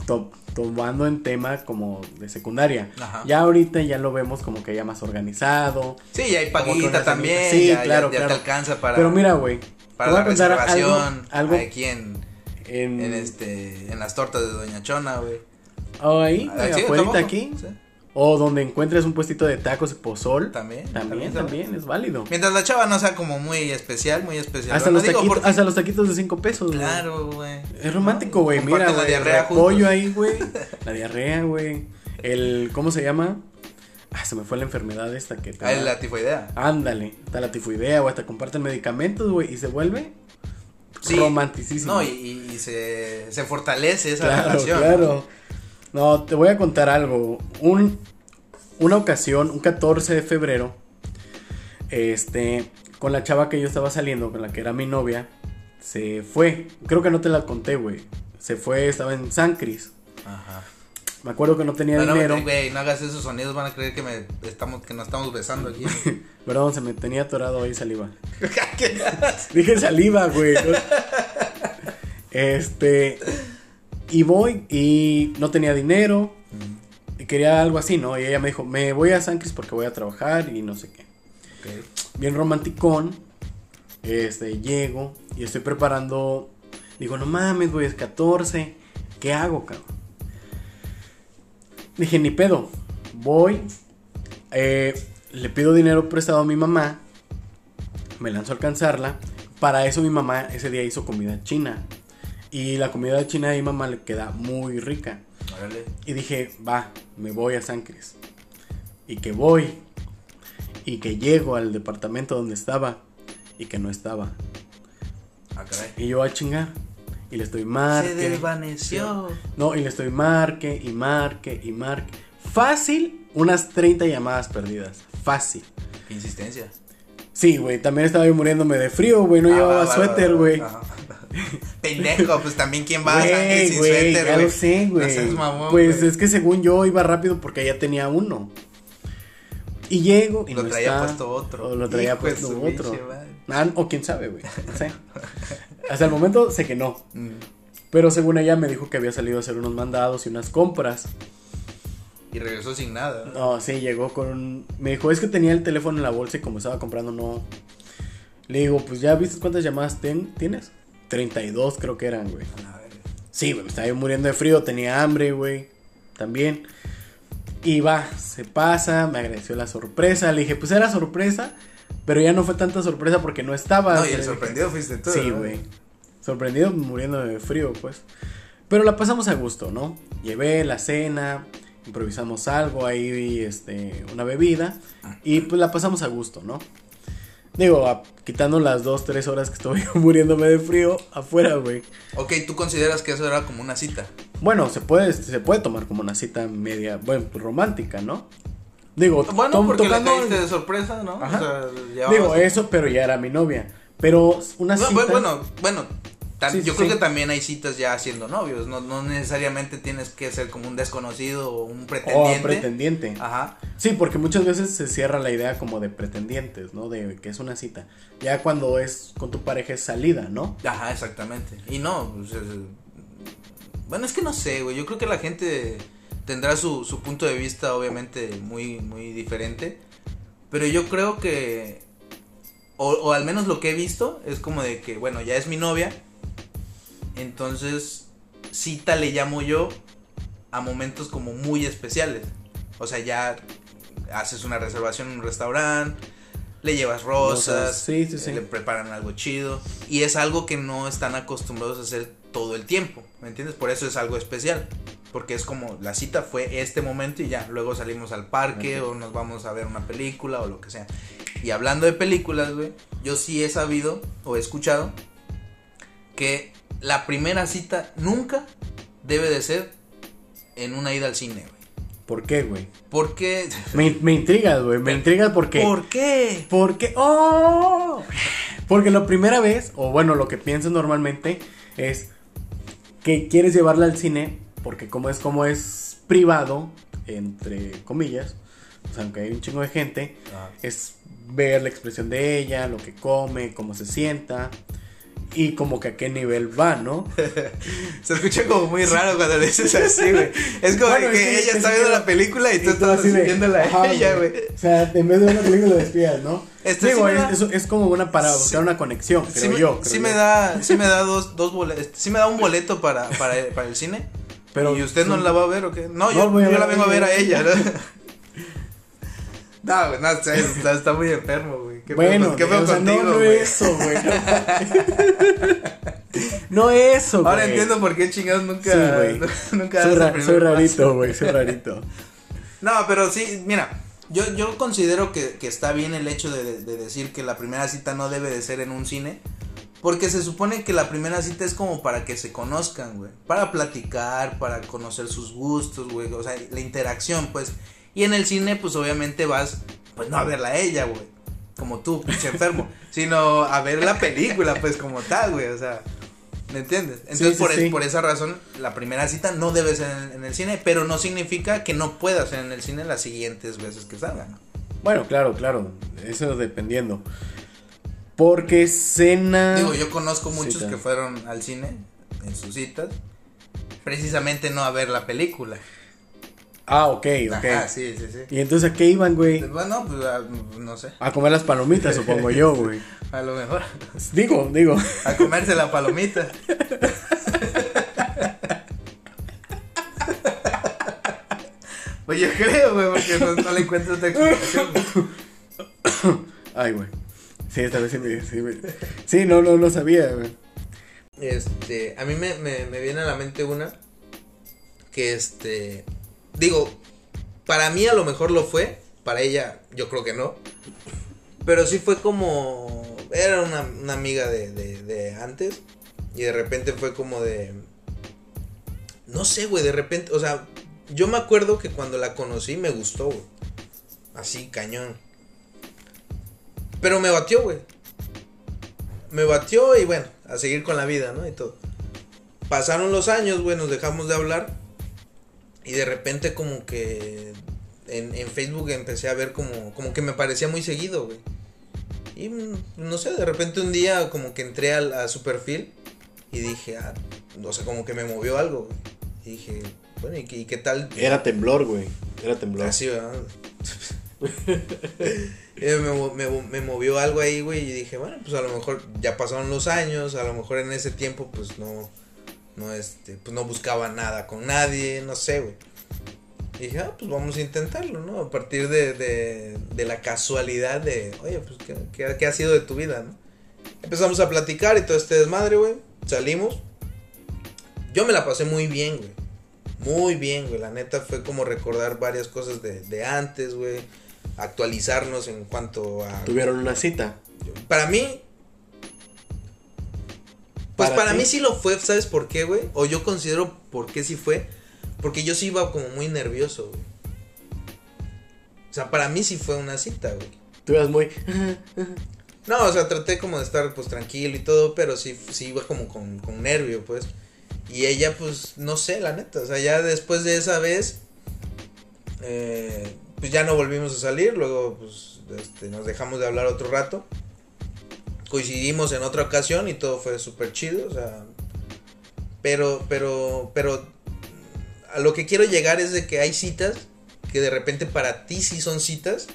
[SPEAKER 1] to- tomando en tema como de secundaria.
[SPEAKER 2] Ajá.
[SPEAKER 1] Ya ahorita ya lo vemos como que ya más organizado.
[SPEAKER 2] Sí, ya hay
[SPEAKER 1] Como que
[SPEAKER 2] paguita
[SPEAKER 1] una
[SPEAKER 2] también,
[SPEAKER 1] salita. Sí,
[SPEAKER 2] ya, ya-
[SPEAKER 1] claro,
[SPEAKER 2] ya
[SPEAKER 1] claro.
[SPEAKER 2] te alcanza para...
[SPEAKER 1] Pero mira, güey. te
[SPEAKER 2] para
[SPEAKER 1] voy
[SPEAKER 2] la
[SPEAKER 1] a contar algo-
[SPEAKER 2] reservación
[SPEAKER 1] Algo,
[SPEAKER 2] aquí en,
[SPEAKER 1] en,
[SPEAKER 2] en este en las tortas de Doña Chona, güey.
[SPEAKER 1] o Oh, ahí,
[SPEAKER 2] Ah, sí,
[SPEAKER 1] afuerita
[SPEAKER 2] tampoco,
[SPEAKER 1] aquí.
[SPEAKER 2] sí,
[SPEAKER 1] O donde encuentres un puestito de tacos y pozol.
[SPEAKER 2] También,
[SPEAKER 1] También, también, es válido.
[SPEAKER 2] Mientras la chava no sea como muy especial, muy especial.
[SPEAKER 1] Hasta
[SPEAKER 2] No
[SPEAKER 1] los,
[SPEAKER 2] digo
[SPEAKER 1] taquitos,
[SPEAKER 2] porque-
[SPEAKER 1] hasta los taquitos de 5 pesos, güey.
[SPEAKER 2] Claro, güey.
[SPEAKER 1] Es romántico, güey.
[SPEAKER 2] Comparten
[SPEAKER 1] Mira,
[SPEAKER 2] la
[SPEAKER 1] güey.
[SPEAKER 2] diarrea
[SPEAKER 1] el pollo
[SPEAKER 2] juntos.
[SPEAKER 1] ahí, güey. La diarrea, güey. El. ¿Cómo se llama? Ah, se me fue la enfermedad esta que te.
[SPEAKER 2] Ah, es
[SPEAKER 1] da.
[SPEAKER 2] la tifoidea.
[SPEAKER 1] Ándale. Está la tifoidea, güey. Hasta comparten medicamentos, güey. Y se vuelve
[SPEAKER 2] Sí.
[SPEAKER 1] romanticísimo.
[SPEAKER 2] No, y, y- y se, se fortalece esa
[SPEAKER 1] claro, *laughs*
[SPEAKER 2] relación.
[SPEAKER 1] claro. No, te voy a contar algo. Un, una ocasión, un 14 de febrero, este, con la chava que yo estaba saliendo, con la que era mi novia, se fue. Creo que no te la conté, güey. Se fue, estaba en San Cris.
[SPEAKER 2] Ajá.
[SPEAKER 1] Me acuerdo que no tenía
[SPEAKER 2] No, no,
[SPEAKER 1] dinero.
[SPEAKER 2] güey, no hagas esos sonidos, van a creer que me estamos que nos estamos
[SPEAKER 1] *laughs*
[SPEAKER 2] besando aquí.
[SPEAKER 1] Perdón, se me tenía atorado ahí saliva. Dije saliva, güey. ¿no? Este. Y voy y no tenía dinero. Y quería algo así, ¿no? Y ella me dijo, me voy a San Cris porque voy a trabajar y no sé qué.
[SPEAKER 2] Ok.
[SPEAKER 1] Bien romanticón. Este, llego y estoy preparando. Digo, no mames, güey, es 14. ¿Qué hago, cabrón? Dije, ni pedo. Voy. eh, le pido dinero prestado a mi mamá. Me lanzo a alcanzarla. Para eso mi mamá ese día hizo comida china. Y la comida china de mi mamá le queda muy rica.
[SPEAKER 2] Órale.
[SPEAKER 1] Y dije, va, me voy a San Cris. Y que voy. Y que llego al departamento donde estaba. Y que no estaba.
[SPEAKER 2] Ah, caray.
[SPEAKER 1] Y yo a chingar. Y le estoy
[SPEAKER 2] Se
[SPEAKER 1] marque.
[SPEAKER 2] desvaneció.
[SPEAKER 1] No, y le estoy marque y marque y marque. Fácil, unas 30 llamadas perdidas. Fácil.
[SPEAKER 2] Qué insistencia.
[SPEAKER 1] Sí, güey, también estaba yo muriéndome de frío, güey. No
[SPEAKER 2] Ah, va,
[SPEAKER 1] llevaba
[SPEAKER 2] va, va,
[SPEAKER 1] suéter,
[SPEAKER 2] va.
[SPEAKER 1] güey.
[SPEAKER 2] Ajá. Pendejo, pues también quién va a salir
[SPEAKER 1] Güey,
[SPEAKER 2] sin
[SPEAKER 1] güey,
[SPEAKER 2] suéter,
[SPEAKER 1] ya
[SPEAKER 2] güey.
[SPEAKER 1] lo sé,
[SPEAKER 2] No
[SPEAKER 1] güey.
[SPEAKER 2] seas mamón,
[SPEAKER 1] pues
[SPEAKER 2] güey.
[SPEAKER 1] es que según yo iba rápido porque ya tenía uno. Y llego y
[SPEAKER 2] lo
[SPEAKER 1] no
[SPEAKER 2] traía
[SPEAKER 1] está.
[SPEAKER 2] puesto otro.
[SPEAKER 1] O lo traía
[SPEAKER 2] Hijo de
[SPEAKER 1] puesto
[SPEAKER 2] su
[SPEAKER 1] otro.
[SPEAKER 2] pinche madre.
[SPEAKER 1] Ah, o quién sabe, güey. No
[SPEAKER 2] *laughs*
[SPEAKER 1] sé. Hasta el momento sé que no.
[SPEAKER 2] Mm.
[SPEAKER 1] Pero según ella me dijo que había salido a hacer unos mandados y unas compras.
[SPEAKER 2] Y regresó sin nada. ¿no?
[SPEAKER 1] No, sí, llegó con un... Me dijo, es que tenía el teléfono en la bolsa y como estaba comprando no... Le digo, pues ya viste cuántas llamadas ten- tienes. 32 creo que eran, güey.
[SPEAKER 2] A la verga.
[SPEAKER 1] Sí, güey, me estaba yo muriendo de frío, tenía hambre, güey. También. Y va, se pasa, me agradeció la sorpresa. Le dije, pues era sorpresa, pero ya no fue tanta sorpresa porque no estaba.
[SPEAKER 2] No,
[SPEAKER 1] Le
[SPEAKER 2] y el
[SPEAKER 1] dije,
[SPEAKER 2] sorprendido fuiste tú.
[SPEAKER 1] Sí,
[SPEAKER 2] ¿no?
[SPEAKER 1] güey. Sorprendido muriendo de frío, pues. Pero la pasamos a gusto, ¿no? Llevé la cena, improvisamos algo ahí, este, una bebida. Y pues la pasamos a gusto, ¿no? Digo, a- quitando las dos, tres horas que estuve *laughs* yo muriéndome de frío afuera, güey.
[SPEAKER 2] Ok, tú consideras que eso era como una cita.
[SPEAKER 1] Bueno, se puede, se puede tomar como una cita media, bueno, pues, romántica, ¿no? Digo,
[SPEAKER 2] Bueno,
[SPEAKER 1] tom-
[SPEAKER 2] porque
[SPEAKER 1] tocando-
[SPEAKER 2] le caíste de sorpresa, ¿no?
[SPEAKER 1] Ajá.
[SPEAKER 2] O sea, ya
[SPEAKER 1] Digo,
[SPEAKER 2] vamos-
[SPEAKER 1] eso, pero ya era mi novia. Pero una
[SPEAKER 2] No,
[SPEAKER 1] cita.
[SPEAKER 2] bueno, bueno, bueno, tan-
[SPEAKER 1] Sí, sí,
[SPEAKER 2] yo creo
[SPEAKER 1] sí.
[SPEAKER 2] que también hay citas ya siendo novios. No, no necesariamente tienes que ser como un desconocido o un
[SPEAKER 1] o
[SPEAKER 2] pretendiente. Ah.
[SPEAKER 1] pretendiente.
[SPEAKER 2] Ajá.
[SPEAKER 1] Sí, porque muchas veces se cierra la idea como de pretendientes, ¿no? De que es una cita. Ya cuando es con tu pareja es salida, ¿no?
[SPEAKER 2] Ajá, exactamente. Y no, pues, es- bueno, es que no sé, güey. Yo creo que la gente tendrá su, su punto de vista, obviamente, muy, muy diferente. Pero yo creo que, o, o al menos lo que he visto, es como de que, bueno, ya es mi novia. Entonces, cita le llamo yo a a momentos como muy especiales. O sea, ya haces una reservación en un restaurante, le llevas rosas, eh,
[SPEAKER 1] Rosas, sí, sí, sí.
[SPEAKER 2] le preparan algo chido. Y es algo que no están acostumbrados a hacer todo el tiempo, ¿me entiendes? Por eso es algo especial. Porque es como la cita fue este momento y ya, luego salimos al parque o nos vamos a ver una película o lo que sea. Y hablando de películas, güey, yo sí he sabido o he escuchado que la primera cita nunca debe de ser en una ida al cine, güey.
[SPEAKER 1] ¿Por qué, güey?
[SPEAKER 2] ¿Por qué?
[SPEAKER 1] Me, me intrigas, güey. Me intrigas porque.
[SPEAKER 2] ¿Por qué?
[SPEAKER 1] Porque. ¡Oh! Porque la primera vez, o bueno, lo que piensas normalmente es que quieres llevarla al cine. Porque como es como es privado, entre comillas. O sea, aunque hay un chingo de gente. es ver la expresión de ella, lo que come, cómo se sienta y como que a qué nivel va,
[SPEAKER 2] *laughs*
[SPEAKER 1] ¿no?
[SPEAKER 2] Se escucha como muy raro cuando le dices así, güey. Es como
[SPEAKER 1] Bueno,
[SPEAKER 2] que
[SPEAKER 1] es que-
[SPEAKER 2] ella
[SPEAKER 1] es
[SPEAKER 2] está
[SPEAKER 1] que-
[SPEAKER 2] viendo la película y tú
[SPEAKER 1] todo
[SPEAKER 2] estás
[SPEAKER 1] así de,
[SPEAKER 2] viéndola
[SPEAKER 1] ajá,
[SPEAKER 2] a ella, güey.
[SPEAKER 1] O sea, en vez de ver una película lo espías, ¿no?
[SPEAKER 2] Este
[SPEAKER 1] Digo,
[SPEAKER 2] sí me
[SPEAKER 1] es,
[SPEAKER 2] da-
[SPEAKER 1] es- es como una para
[SPEAKER 2] Sí.
[SPEAKER 1] buscar una conexión, creo
[SPEAKER 2] Sí, me-
[SPEAKER 1] yo.
[SPEAKER 2] sí
[SPEAKER 1] creo
[SPEAKER 2] me
[SPEAKER 1] yo.
[SPEAKER 2] da, sí me da dos, dos boletos, sí me da un boleto para, para, el, para el cine.
[SPEAKER 1] Pero
[SPEAKER 2] ¿Y usted no
[SPEAKER 1] son-
[SPEAKER 2] la va a ver o qué? No,
[SPEAKER 1] No,
[SPEAKER 2] yo,
[SPEAKER 1] voy a
[SPEAKER 2] yo la
[SPEAKER 1] ver
[SPEAKER 2] vengo a ver a
[SPEAKER 1] a *laughs*
[SPEAKER 2] ella, ¿no? No, güey, no, está, está- está muy enfermo, güey. ¿Qué
[SPEAKER 1] Bueno,
[SPEAKER 2] pedo, qué pedo
[SPEAKER 1] o sea,
[SPEAKER 2] contigo,
[SPEAKER 1] no, no
[SPEAKER 2] güey?
[SPEAKER 1] eso, güey.
[SPEAKER 2] *laughs*
[SPEAKER 1] No eso, güey.
[SPEAKER 2] Ahora entiendo por qué chingados nunca.
[SPEAKER 1] Sí, güey.
[SPEAKER 2] *laughs*
[SPEAKER 1] Soy,
[SPEAKER 2] nunca das el
[SPEAKER 1] ra-
[SPEAKER 2] primer
[SPEAKER 1] soy
[SPEAKER 2] paso.
[SPEAKER 1] rarito, güey, soy rarito.
[SPEAKER 2] No, pero sí, mira, yo, yo considero que, que está bien el hecho de, de- de decir que la primera cita no debe de ser en un cine. Porque se supone que la primera cita es como para que se conozcan, güey. Para platicar, para conocer sus gustos, güey. O sea, la interacción, pues. Y en el cine, pues obviamente vas, pues no a verla a ella, güey. Como tú,
[SPEAKER 1] *laughs*
[SPEAKER 2] pinche enfermo. sino a ver la película, pues como tal, güey. O sea, ¿me entiendes? Entonces,
[SPEAKER 1] sí,
[SPEAKER 2] por, es-
[SPEAKER 1] sí.
[SPEAKER 2] por esa razón, la primera cita no debe ser en, en el cine. Pero no significa que no pueda ser en el cine las siguientes veces que salgan.
[SPEAKER 1] Bueno, claro, claro. Eso dependiendo. Porque cena.
[SPEAKER 2] Digo, yo conozco muchos
[SPEAKER 1] Cita.
[SPEAKER 2] que fueron al cine en sus citas. Precisamente no a ver la película.
[SPEAKER 1] Ah, ok, ok.
[SPEAKER 2] Ajá, sí, sí, sí.
[SPEAKER 1] ¿Y entonces a qué iban, güey?
[SPEAKER 2] Bueno, pues a- no sé.
[SPEAKER 1] A comer las palomitas, supongo yo,
[SPEAKER 2] *laughs*
[SPEAKER 1] güey.
[SPEAKER 2] A lo mejor.
[SPEAKER 1] Digo, digo.
[SPEAKER 2] A comerse la palomita. *laughs* Pues yo creo, güey, porque no, no le encuentro otra explicación.
[SPEAKER 1] Ay, güey. Sí, esta vez sí me... Sí, me- sí, no, no lo sabía, güey.
[SPEAKER 2] Este, a mí me, me, me viene a la mente una que este, digo, para mí a lo mejor lo fue, para ella yo creo que no, pero sí fue como, era una, una amiga de, de, de antes y de repente fue como de, no sé, güey, de repente, o sea, yo me acuerdo que cuando la conocí me gustó, güey, así, cañón, pero me batió, güey me batió y bueno, a seguir con la vida, ¿no? Y todo. Pasaron los años, güey, nos dejamos de hablar. Y de repente como que en, en Facebook empecé a ver como, como que me parecía muy seguido, güey. Y mm, no sé, de repente un día como que entré al- a, su perfil y dije, ah, o sea, como que me movió algo, güey. Y dije, bueno, ¿y qué, y qué tal?
[SPEAKER 3] Era temblor, güey. Era temblor.
[SPEAKER 2] Así, ¿verdad? *laughs* Eh, me, mo- me mo- me movió algo ahí, güey, y dije, bueno, pues a lo mejor ya pasaron los años, a lo mejor en ese tiempo, pues no, no, este, pues no buscaba nada con nadie, no sé, güey. Y dije, ah, pues vamos a intentarlo, ¿no? A partir de, de, de la casualidad de, oye, pues, ¿qué, qué, qué ha sido de tu vida, no? Empezamos a platicar y todo este desmadre, güey, salimos. Yo me la pasé muy bien, güey. Muy bien, güey. La neta fue como recordar varias cosas de, de antes, güey. Actualizarnos en cuanto a.
[SPEAKER 3] Tuvieron una cita.
[SPEAKER 2] Para mí. Pues
[SPEAKER 3] ¿Para
[SPEAKER 2] para
[SPEAKER 3] ti?
[SPEAKER 2] mí sí lo fue, ¿sabes por qué, güey? O yo considero por qué sí fue. Porque yo sí iba como muy nervioso, güey. O sea, para mí sí fue una cita, güey.
[SPEAKER 3] Tú eras muy.
[SPEAKER 2] No, o sea, traté como de estar pues tranquilo y todo, pero sí, sí iba como con, con nervio, pues. Y ella, pues, no sé, la neta. O sea, ya después de esa vez, eh, pues ya no volvimos a salir. Luego, pues, este, nos dejamos de hablar otro rato. Coincidimos en otra ocasión y todo fue súper chido, o sea. Pero, pero, pero, a lo que quiero llegar es de que hay citas que de repente para ti sí son citas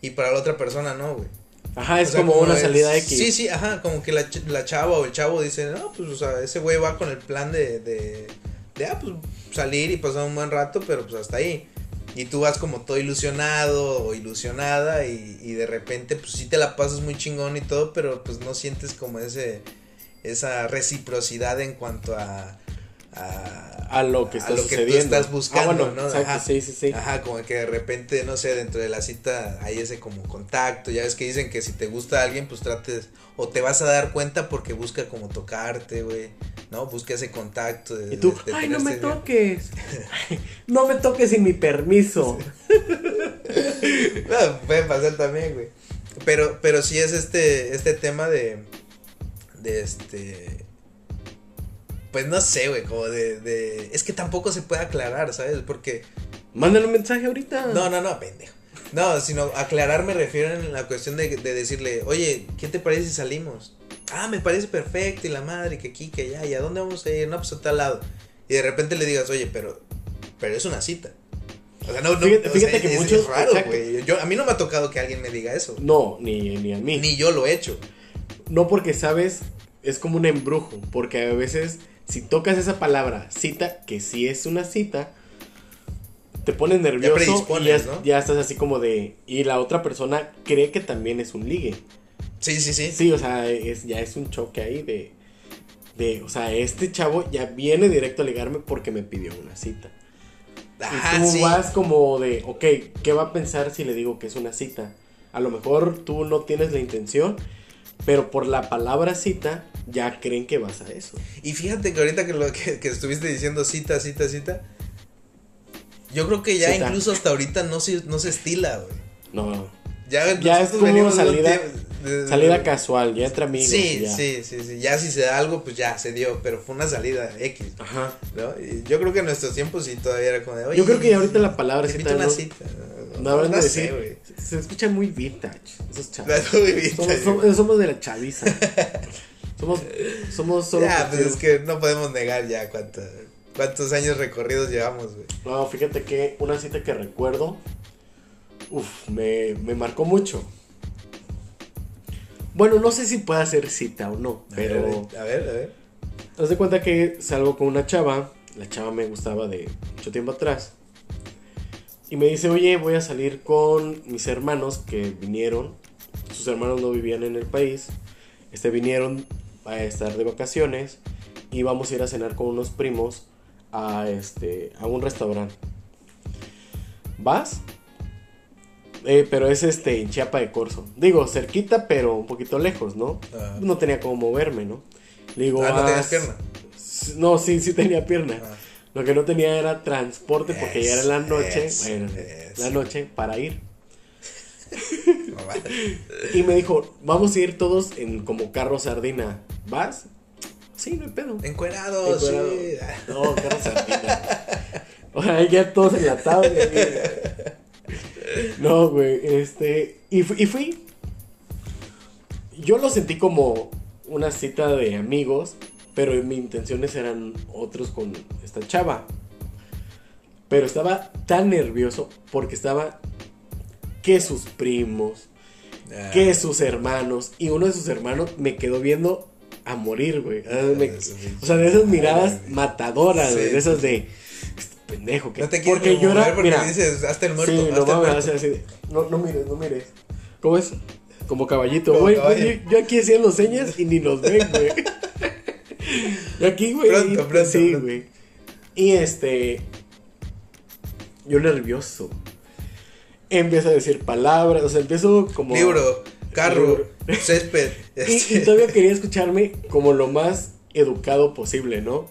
[SPEAKER 2] y para la otra persona no, güey.
[SPEAKER 3] Ajá, es
[SPEAKER 2] O sea,
[SPEAKER 3] como, una
[SPEAKER 2] el-
[SPEAKER 3] salida X.
[SPEAKER 2] Sí, sí, ajá, como que la, ch- la chava o el chavo dice, no, pues, o sea, ese güey va con el plan de, de, de ah, pues salir y pasar un buen rato, pero pues hasta ahí. Y tú vas como todo ilusionado o ilusionada y, y de repente pues sí te la pasas muy chingón y todo, pero pues no sientes como ese esa reciprocidad en cuanto a a,
[SPEAKER 1] A lo que
[SPEAKER 2] a
[SPEAKER 1] está
[SPEAKER 2] lo que tú
[SPEAKER 1] sucediendo.
[SPEAKER 2] estás buscando,
[SPEAKER 1] Ah, bueno,
[SPEAKER 2] ¿no?
[SPEAKER 1] exacto,
[SPEAKER 2] Ajá.
[SPEAKER 1] sí, sí, sí.
[SPEAKER 2] Ajá, como que de repente, no sé, dentro de la cita hay ese como contacto, ya ves que dicen que si te gusta alguien, pues trates, o te vas a dar cuenta porque busca como tocarte, güey, ¿no? Busca ese contacto. de-
[SPEAKER 1] Y tú,
[SPEAKER 2] de- de
[SPEAKER 1] ay,
[SPEAKER 2] tener
[SPEAKER 1] no me
[SPEAKER 2] este-
[SPEAKER 1] toques. *laughs* no me toques sin mi permiso.
[SPEAKER 2] *laughs* No, puede pasar también, güey. Pero, pero sí es este, este tema de, de este, pues no sé, güey, como de, de, es que tampoco se puede aclarar, ¿sabes? Porque
[SPEAKER 1] Mándale un mensaje ahorita.
[SPEAKER 2] No, no, no, pendejo. No, sino aclarar me refiero en la cuestión de, de decirle, oye, ¿qué te parece si salimos? Ah, me parece perfecto y la madre, que aquí, que allá, ¿y a dónde vamos a ir? No, pues a tal lado. Y de repente le digas, oye, pero, pero es una cita. O sea, no, no,
[SPEAKER 1] Fíjate-
[SPEAKER 2] o
[SPEAKER 1] fíjate
[SPEAKER 2] sea,
[SPEAKER 1] que
[SPEAKER 2] es- es
[SPEAKER 1] muchos-
[SPEAKER 2] raro,
[SPEAKER 1] exacto.
[SPEAKER 2] güey. Yo- A mí no me ha tocado que alguien me diga eso.
[SPEAKER 1] No, ni, ni a mí.
[SPEAKER 2] Ni yo lo he hecho.
[SPEAKER 1] No porque sabes, es como un embrujo, porque a veces si tocas esa palabra cita, que sí es una cita, te pones nervioso y ya,
[SPEAKER 2] predispones, ¿no?
[SPEAKER 1] ya estás así como de y la otra persona cree que también es un ligue.
[SPEAKER 2] Sí, sí, sí.
[SPEAKER 1] Sí, o sea, es ya es un choque ahí de de, o sea, este chavo ya viene directo a ligarme porque me pidió una cita.
[SPEAKER 2] Ajá,
[SPEAKER 1] y tú
[SPEAKER 2] Ah, sí.
[SPEAKER 1] vas como de, ok, ¿qué va a pensar si le digo que es una cita? A lo mejor tú no tienes la intención, pero por la palabra cita ya creen que vas a eso.
[SPEAKER 2] Y fíjate que ahorita que, lo, que, que estuviste diciendo cita, cita, cita. Yo creo que ya
[SPEAKER 1] Cita.
[SPEAKER 2] incluso hasta ahorita no se, no se estila, güey.
[SPEAKER 1] No,
[SPEAKER 2] Ya,
[SPEAKER 1] Ya es
[SPEAKER 2] nosotros
[SPEAKER 1] como
[SPEAKER 2] venimos de un
[SPEAKER 1] salida-
[SPEAKER 2] tiempo- de-
[SPEAKER 1] salida casual, ya entre amigos.
[SPEAKER 2] Mm. Sí,
[SPEAKER 1] ya.
[SPEAKER 2] sí, sí, sí. Ya si se da algo, pues ya se dio. Pero fue una salida X,
[SPEAKER 1] Ajá.
[SPEAKER 2] ¿no? Y yo creo que en nuestros tiempos sí todavía era como de. "Oye,
[SPEAKER 1] Yo creo que ya ahorita la palabra
[SPEAKER 2] te invito
[SPEAKER 1] cita
[SPEAKER 2] a
[SPEAKER 1] no,
[SPEAKER 2] una cita.
[SPEAKER 1] no habrán de
[SPEAKER 2] sé,
[SPEAKER 1] decir.
[SPEAKER 2] güey. *laughs*
[SPEAKER 1] se- se escucha muy vintage, esos chavos.
[SPEAKER 2] Las muy vintage,
[SPEAKER 1] somos, somos, somos de la
[SPEAKER 2] *laughs*
[SPEAKER 1] chaviza. somos, somos solo.
[SPEAKER 2] Ya, pues
[SPEAKER 1] costeros.
[SPEAKER 2] es que no podemos negar ya cuánto- cuántos años recorridos llevamos, güey.
[SPEAKER 1] No, fíjate que una cita que recuerdo, uff, me, me marcó mucho. Bueno, no sé si pueda ser cita o no,
[SPEAKER 2] A
[SPEAKER 1] pero
[SPEAKER 2] ver, A ver, a ver.
[SPEAKER 1] haz de cuenta que salgo con una chava, la chava me gustaba de mucho tiempo atrás, y me dice, oye, voy a salir con mis hermanos que vinieron, sus hermanos no vivían en el país, este, vinieron a estar de vacaciones y vamos a ir a cenar con unos primos a, este, a un restaurante. ¿Vas? Eh, pero es este, en Chiapa de Corzo. Digo, cerquita, pero un poquito lejos, ¿no?
[SPEAKER 2] Ah.
[SPEAKER 1] No tenía cómo moverme, ¿no? Le digo,
[SPEAKER 2] Ah, ¿no tenías
[SPEAKER 1] "Vas".
[SPEAKER 2] pierna?
[SPEAKER 1] S- No, sí, sí tenía pierna.
[SPEAKER 2] Ah.
[SPEAKER 1] *laughs* Lo que no tenía era transporte porque ya era la
[SPEAKER 2] Es,
[SPEAKER 1] noche.
[SPEAKER 2] es,
[SPEAKER 1] bueno,
[SPEAKER 2] es.
[SPEAKER 1] la noche para ir.
[SPEAKER 2] No, vale.
[SPEAKER 1] Y me dijo, vamos a ir todos en como carro sardina. ¿Vas? Sí, no hay pedo.
[SPEAKER 2] Encuerados,
[SPEAKER 1] Encuerado.
[SPEAKER 2] sí.
[SPEAKER 1] No, carro sardina. *laughs* O sea, ya todos enlatados. y así. No, güey, este. Y, fu- y fui. Yo lo sentí como una cita de amigos, pero mis intenciones eran otros con esta chava. Pero estaba tan nervioso porque estaba que sus primos,
[SPEAKER 2] Ah.
[SPEAKER 1] que sus hermanos. Y uno de sus hermanos me quedó viendo a morir, güey. Ah, me-
[SPEAKER 2] de su pinche
[SPEAKER 1] o sea, de esas
[SPEAKER 2] madre,
[SPEAKER 1] miradas
[SPEAKER 2] güey.
[SPEAKER 1] matadoras,
[SPEAKER 2] Sí,
[SPEAKER 1] güey.
[SPEAKER 2] sí,
[SPEAKER 1] De esas de. "Este pendejo, que.
[SPEAKER 2] No te quieres porque porque dices, hasta el muerto,
[SPEAKER 1] sí,
[SPEAKER 2] hazte
[SPEAKER 1] no
[SPEAKER 2] el
[SPEAKER 1] mames,
[SPEAKER 2] muerto.
[SPEAKER 1] así, así de, No, no mires, no mires. ¿Cómo es? Como caballito,
[SPEAKER 2] Como
[SPEAKER 1] güey.
[SPEAKER 2] caballo.
[SPEAKER 1] güey, Yo, yo aquí hacía los señas y ni los ven,
[SPEAKER 2] *laughs*
[SPEAKER 1] güey. yo aquí, güey.
[SPEAKER 2] Pronto,
[SPEAKER 1] y-
[SPEAKER 2] pronto,
[SPEAKER 1] Sí,
[SPEAKER 2] pronto.
[SPEAKER 1] güey. Y este. Yo nervioso. Empiezo a decir palabras, o sea, empiezo como.
[SPEAKER 2] Libro, carro, césped.
[SPEAKER 4] *laughs*
[SPEAKER 1] Y, y
[SPEAKER 2] este,
[SPEAKER 1] todavía quería escucharme como lo más educado posible, ¿no?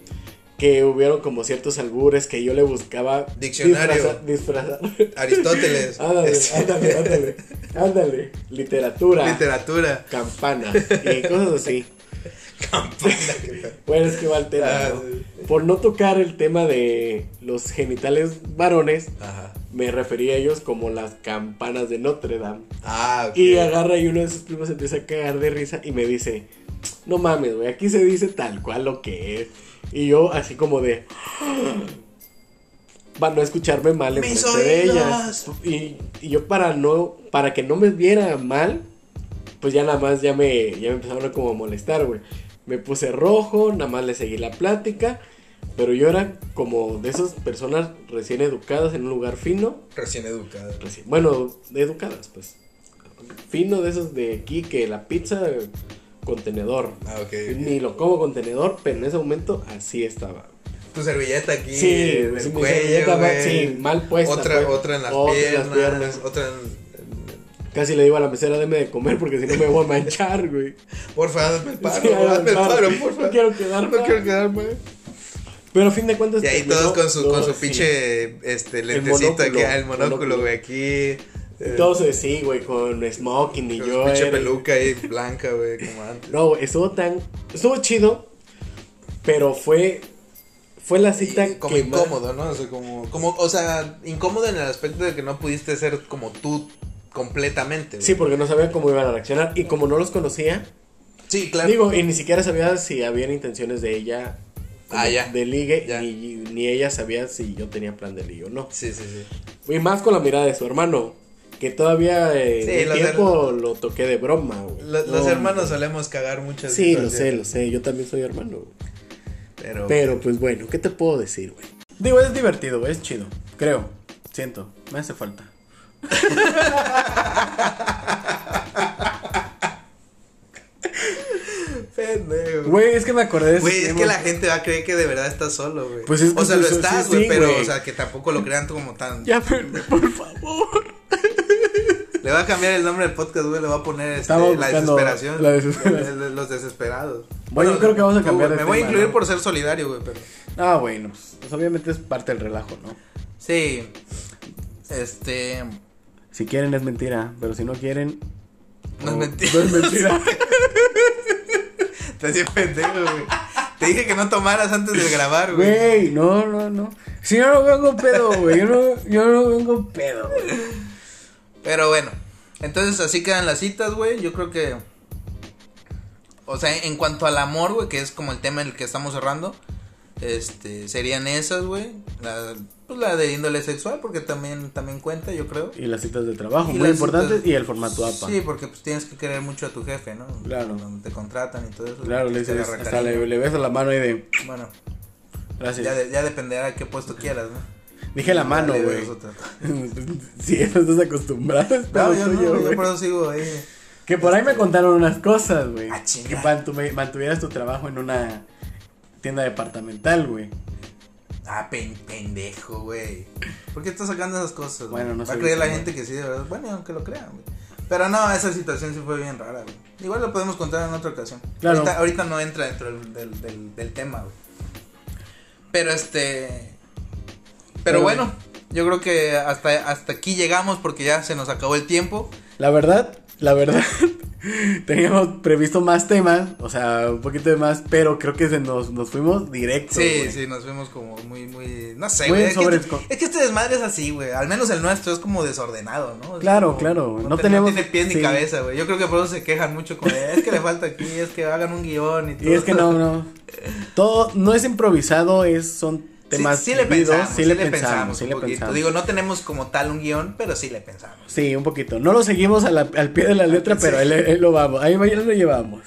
[SPEAKER 1] Que hubieron como ciertos albures que yo le buscaba.
[SPEAKER 2] Diccionario.
[SPEAKER 1] disfraza- Disfrazar.
[SPEAKER 4] *laughs*
[SPEAKER 2] Aristóteles. *laughs*
[SPEAKER 1] Ándale,
[SPEAKER 2] este,
[SPEAKER 1] ándale, ándale. Ándale. Literatura.
[SPEAKER 4] *laughs*
[SPEAKER 2] Literatura.
[SPEAKER 1] campana. Y cosas así.
[SPEAKER 2] Campana.
[SPEAKER 1] Bueno, es que va el tema,
[SPEAKER 2] Ah,
[SPEAKER 1] ¿no?
[SPEAKER 2] sí.
[SPEAKER 1] Por no tocar el tema de los genitales varones,
[SPEAKER 2] Ajá.
[SPEAKER 1] me refería a ellos como las campanas de Notre Dame.
[SPEAKER 2] Ah, ok.
[SPEAKER 1] Y agarra y uno de sus primos se empieza a cagar de risa y me dice, no mames, güey, aquí se dice tal cual lo que es. Y yo así como de... Para no escucharme mal en
[SPEAKER 2] ¡Mis
[SPEAKER 1] frente de ellas.
[SPEAKER 2] oídos!
[SPEAKER 1] Y, y yo para no, para que no me viera mal, pues ya nada más ya me, ya me empezaron a como molestar, güey. Me puse rojo, nada más le seguí la plática.
[SPEAKER 4] Pero yo era como de esas personas recién educadas en un lugar fino.
[SPEAKER 2] Recién educado.
[SPEAKER 4] reci- bueno, educadas, pues. Fino de esas de aquí que la pizza contenedor.
[SPEAKER 2] Ah, ok.
[SPEAKER 4] Ni lo como contenedor, pero en ese momento así estaba.
[SPEAKER 2] Tu servilleta
[SPEAKER 4] Sí,
[SPEAKER 2] aquí. en
[SPEAKER 4] sí,
[SPEAKER 2] el
[SPEAKER 4] mi
[SPEAKER 2] cuello,
[SPEAKER 4] servilleta mal-
[SPEAKER 2] güey.
[SPEAKER 4] sí, mal puesta,
[SPEAKER 2] Otra,
[SPEAKER 4] pues.
[SPEAKER 2] otra en las
[SPEAKER 4] Otra en
[SPEAKER 2] piernas.
[SPEAKER 4] las piernas.
[SPEAKER 2] Otra en.
[SPEAKER 4] Casi le digo a la mesera, deme de comer porque si no me voy a manchar, güey.
[SPEAKER 2] Porfa, hazme el *laughs* paro.
[SPEAKER 4] Sí,
[SPEAKER 2] hazme el paro, porfa.
[SPEAKER 4] No quiero quedar
[SPEAKER 2] No
[SPEAKER 4] mal.
[SPEAKER 2] quiero quedar mal.
[SPEAKER 4] Pero a fin de cuentas.
[SPEAKER 2] Y ahí
[SPEAKER 4] terminó
[SPEAKER 2] todos con su, con
[SPEAKER 4] todo
[SPEAKER 2] su
[SPEAKER 4] así.
[SPEAKER 2] pinche este, lentecito
[SPEAKER 4] monóculo,
[SPEAKER 2] aquí, ah, el monóculo,
[SPEAKER 4] monóculo.
[SPEAKER 2] güey, aquí. eh,
[SPEAKER 4] Todos así, güey, con smoking y
[SPEAKER 2] con
[SPEAKER 4] yo.
[SPEAKER 2] su pinche
[SPEAKER 4] era-
[SPEAKER 2] peluca ahí blanca, güey, como antes.
[SPEAKER 4] No, güey, estuvo tan. Estuvo chido, pero fue. Fue la cita
[SPEAKER 2] Y como
[SPEAKER 4] que. más-
[SPEAKER 2] incómodo, ¿no? O sea, como, como, o sea, incómodo en el aspecto de que no pudiste ser como tú completamente. güey.
[SPEAKER 4] Sí, porque no sabía cómo iban a reaccionar. Y como no los conocía,
[SPEAKER 2] Sí, claro.
[SPEAKER 4] digo, y ni siquiera sabía si habían intenciones de ella. como
[SPEAKER 2] Ah, ya.
[SPEAKER 4] De ligue,
[SPEAKER 2] Ya.
[SPEAKER 4] Ni, ni ella sabía si yo tenía plan de ligue o no.
[SPEAKER 2] Sí, sí, sí.
[SPEAKER 4] Y más con la mirada de su hermano, que todavía eh,
[SPEAKER 2] Sí,
[SPEAKER 4] en el
[SPEAKER 2] los
[SPEAKER 4] tiempo lo toqué de broma, güey.
[SPEAKER 2] Lo- los
[SPEAKER 4] No,
[SPEAKER 2] hermanos solemos cagar muchas
[SPEAKER 4] Sí, lo sé,
[SPEAKER 2] situaciones,
[SPEAKER 4] lo sé. Yo también soy hermano. güey.
[SPEAKER 2] Pero,
[SPEAKER 4] Pero pues bueno, ¿qué te puedo decir, güey?
[SPEAKER 1] Digo, es divertido, güey, es chido. Creo. Siento. Me hace falta.
[SPEAKER 2] pendejo.
[SPEAKER 1] Güey, es que me acordé de esos
[SPEAKER 2] Güey, es que
[SPEAKER 1] tiempos.
[SPEAKER 2] la
[SPEAKER 1] *laughs*
[SPEAKER 2] gente va a creer que de verdad estás solo, güey.
[SPEAKER 1] Pues es que
[SPEAKER 2] o sea, lo
[SPEAKER 1] pues,
[SPEAKER 2] estás,
[SPEAKER 1] sí,
[SPEAKER 2] güey,
[SPEAKER 1] sí,
[SPEAKER 2] pero,
[SPEAKER 1] güey.
[SPEAKER 2] o sea, que tampoco lo crean como tan.
[SPEAKER 1] Llámenme, por favor.
[SPEAKER 2] Le va a cambiar el nombre del podcast, güey, le va a poner este,
[SPEAKER 1] Estamos
[SPEAKER 2] la
[SPEAKER 1] buscando
[SPEAKER 2] desesperación.
[SPEAKER 1] la desesperación.
[SPEAKER 2] de- de- Los desesperados.
[SPEAKER 1] Bueno, yo creo que vamos a
[SPEAKER 2] tú,
[SPEAKER 1] cambiar
[SPEAKER 2] güey,
[SPEAKER 1] de
[SPEAKER 2] Me voy a
[SPEAKER 1] tema,
[SPEAKER 2] incluir
[SPEAKER 1] ¿no?
[SPEAKER 2] por ser solidario, güey, pero.
[SPEAKER 1] Ah, bueno, pues, pues, obviamente es parte del relajo, ¿no?
[SPEAKER 2] Sí. Este.
[SPEAKER 1] Si quieren es mentira, pero si no quieren.
[SPEAKER 2] No es
[SPEAKER 1] oh,
[SPEAKER 2] mentira.
[SPEAKER 1] No es
[SPEAKER 2] *laughs*
[SPEAKER 1] mentira.
[SPEAKER 2] Te hacía pendejo, güey. Te dije que no tomaras antes de grabar, güey.
[SPEAKER 1] Güey, no, no, no. Si yo no vengo pedo, güey. Yo no, yo no vengo pedo, güey.
[SPEAKER 2] Pero bueno, entonces así quedan las citas, güey. Yo creo que. O sea, en cuanto al amor, güey, que es como el tema en el que estamos cerrando, este, serían esas, güey. La, pues la de índole sexual, porque también, también cuenta, yo creo.
[SPEAKER 1] Y las citas de trabajo,
[SPEAKER 2] Y
[SPEAKER 1] muy
[SPEAKER 2] las
[SPEAKER 1] importantes.
[SPEAKER 2] citas-
[SPEAKER 1] Y el formato APA.
[SPEAKER 2] Sí, porque pues tienes que querer mucho a tu jefe, ¿no?
[SPEAKER 1] Claro.
[SPEAKER 2] Donde te contratan y todo eso. pues,
[SPEAKER 1] Claro, le
[SPEAKER 2] tienes que
[SPEAKER 1] dices,
[SPEAKER 2] agarrar
[SPEAKER 1] hasta
[SPEAKER 2] cariño.
[SPEAKER 1] le, le besas la mano y de.
[SPEAKER 2] Bueno,
[SPEAKER 1] Gracias.
[SPEAKER 2] ya, de- ya dependerá de qué puesto quieras, ¿no?
[SPEAKER 1] Dije la mano,
[SPEAKER 2] Dale,
[SPEAKER 1] güey.
[SPEAKER 2] es otra.
[SPEAKER 1] *laughs* Si no estás acostumbrado, es
[SPEAKER 2] No,
[SPEAKER 1] pedo
[SPEAKER 2] yo
[SPEAKER 1] tuyo,
[SPEAKER 2] no, yo
[SPEAKER 1] güey.
[SPEAKER 2] por eso sigo ahí.
[SPEAKER 1] Que por ahí me contaron unas cosas, güey.
[SPEAKER 2] Ah, chinga.
[SPEAKER 1] Que mantuve- mantuvieras tu trabajo en una tienda departamental, güey.
[SPEAKER 2] Ah, pen- pendejo, güey. ¿Por qué estás sacando esas cosas? güey?
[SPEAKER 1] Bueno, no
[SPEAKER 2] Va a
[SPEAKER 1] sé,
[SPEAKER 2] creer la
[SPEAKER 1] güey.
[SPEAKER 2] gente que sí, de verdad. Bueno, aunque lo crean, güey. Pero no, esa situación sí fue bien rara, güey. Igual lo podemos contar en otra ocasión.
[SPEAKER 1] Claro.
[SPEAKER 2] Ahorita, ahorita no entra dentro del, del- del- del tema, güey. Pero este. Pero
[SPEAKER 1] Pero,
[SPEAKER 2] bueno, yo creo que hasta, hasta aquí llegamos porque ya se nos acabó el tiempo.
[SPEAKER 1] La verdad, la verdad, *laughs* teníamos previsto más temas, o sea, un poquito de más, pero creo que se nos, nos fuimos directo.
[SPEAKER 2] Sí,
[SPEAKER 1] güey.
[SPEAKER 2] sí, nos vemos como muy, muy. No sé,
[SPEAKER 1] Muy
[SPEAKER 2] güey. Es, que
[SPEAKER 1] sobre-
[SPEAKER 2] este- es que este desmadre es así, güey. Al menos el nuestro es como desordenado, ¿no? Es
[SPEAKER 1] Claro,
[SPEAKER 2] como-
[SPEAKER 1] claro.
[SPEAKER 2] No,
[SPEAKER 1] No
[SPEAKER 2] te-
[SPEAKER 1] tenemos-
[SPEAKER 2] no tiene pies ni
[SPEAKER 1] sí.
[SPEAKER 2] cabeza, güey. Yo creo que por eso se quejan mucho con. Es que le falta aquí, es que hagan un guión y todo.
[SPEAKER 1] *laughs* Y es que no, no. Todo no es improvisado, es son
[SPEAKER 2] Sí,
[SPEAKER 1] temas
[SPEAKER 2] sí, le
[SPEAKER 1] vividos,
[SPEAKER 2] pensamos, sí le pensamos,
[SPEAKER 1] sí
[SPEAKER 2] un
[SPEAKER 1] le
[SPEAKER 2] poquito.
[SPEAKER 1] pensamos.
[SPEAKER 2] Digo, no tenemos como tal un guión, pero sí le pensamos.
[SPEAKER 1] Sí, un poquito. No lo seguimos a la- al pie de la letra, pero ahí, le- ahí lo vamos, ahí ya lo llevamos.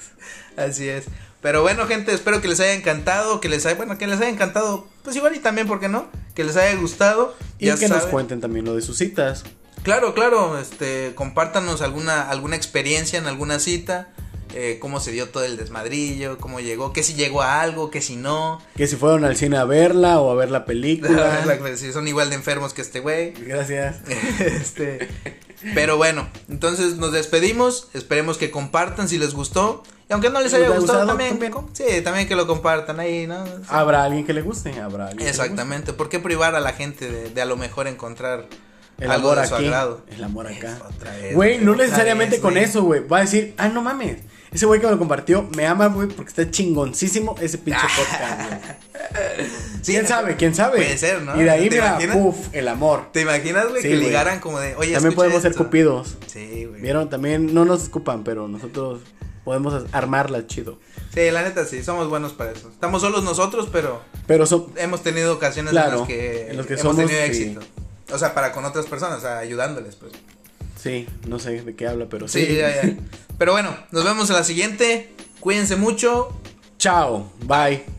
[SPEAKER 2] Así es. Pero bueno, gente, espero que les haya encantado, que les haya, bueno, que les haya encantado, pues igual y también, ¿por qué no? Que les haya gustado.
[SPEAKER 1] Y
[SPEAKER 2] ya
[SPEAKER 1] que nos
[SPEAKER 2] saben.
[SPEAKER 1] cuenten también lo de sus citas.
[SPEAKER 2] Claro, claro, este, compártanos alguna, alguna experiencia en alguna cita, eh, cómo se dio todo el desmadrillo, cómo llegó, que si llegó a algo, que si no,
[SPEAKER 1] Que si fueron al cine a verla o a ver la
[SPEAKER 2] *laughs*
[SPEAKER 1] película.
[SPEAKER 2] si son igual de enfermos que este güey.
[SPEAKER 1] Gracias.
[SPEAKER 2] *laughs* Este, pero bueno, entonces nos despedimos, esperemos que compartan si les gustó, y aunque no les
[SPEAKER 1] Si les
[SPEAKER 2] haya
[SPEAKER 1] ha
[SPEAKER 2] gustado,
[SPEAKER 1] gustado, Ah,
[SPEAKER 2] también, sí, también que lo compartan ahí, ¿no? Sí.
[SPEAKER 1] Habrá alguien que le guste, habrá alguien. que le
[SPEAKER 2] Exactamente, ¿por qué privar a la gente de, de a lo mejor encontrar
[SPEAKER 1] guste. El
[SPEAKER 2] algo
[SPEAKER 1] amor
[SPEAKER 2] de su
[SPEAKER 1] aquí.
[SPEAKER 2] agrado?
[SPEAKER 1] El amor acá.
[SPEAKER 2] Otra vez,
[SPEAKER 1] Güey, no
[SPEAKER 2] otra
[SPEAKER 1] necesariamente
[SPEAKER 2] vez,
[SPEAKER 1] con
[SPEAKER 2] güey.
[SPEAKER 1] eso, güey. Va a decir, ah, no mames. Ese güey que me lo compartió me ama, güey, porque está chingoncísimo ese pinche
[SPEAKER 2] *laughs*
[SPEAKER 1] podcast, güey.
[SPEAKER 2] Sí,
[SPEAKER 1] ¿Quién
[SPEAKER 2] no,
[SPEAKER 1] sabe? ¿Quién sabe?
[SPEAKER 2] Puede ser, ¿no?
[SPEAKER 1] Y de ahí,
[SPEAKER 2] ¿Te
[SPEAKER 1] mira,
[SPEAKER 2] imaginas?
[SPEAKER 1] puf, el amor.
[SPEAKER 2] ¿Te imaginas, güey,
[SPEAKER 1] Sí,
[SPEAKER 2] que
[SPEAKER 1] güey.
[SPEAKER 2] ligaran como de, oye,
[SPEAKER 1] También
[SPEAKER 2] escucha
[SPEAKER 1] podemos ser
[SPEAKER 2] esto"?
[SPEAKER 1] cupidos.
[SPEAKER 2] Sí, güey.
[SPEAKER 1] ¿Vieron? También no nos escupan, pero nosotros podemos armarla chido.
[SPEAKER 2] Sí, la neta sí, somos buenos para eso. Estamos solos nosotros, pero
[SPEAKER 1] Pero son,
[SPEAKER 2] hemos tenido ocasiones en
[SPEAKER 1] Claro,
[SPEAKER 2] las que,
[SPEAKER 1] en los que
[SPEAKER 2] hemos
[SPEAKER 1] somos,
[SPEAKER 2] tenido
[SPEAKER 1] sí.
[SPEAKER 2] éxito. O sea, para con otras personas, o sea, ayudándoles, pues.
[SPEAKER 1] sí, no sé de qué habla, pero sí.
[SPEAKER 2] Sí, ya, ya. Pero bueno, nos vemos en la siguiente. Cuídense mucho.
[SPEAKER 1] Chao, bye.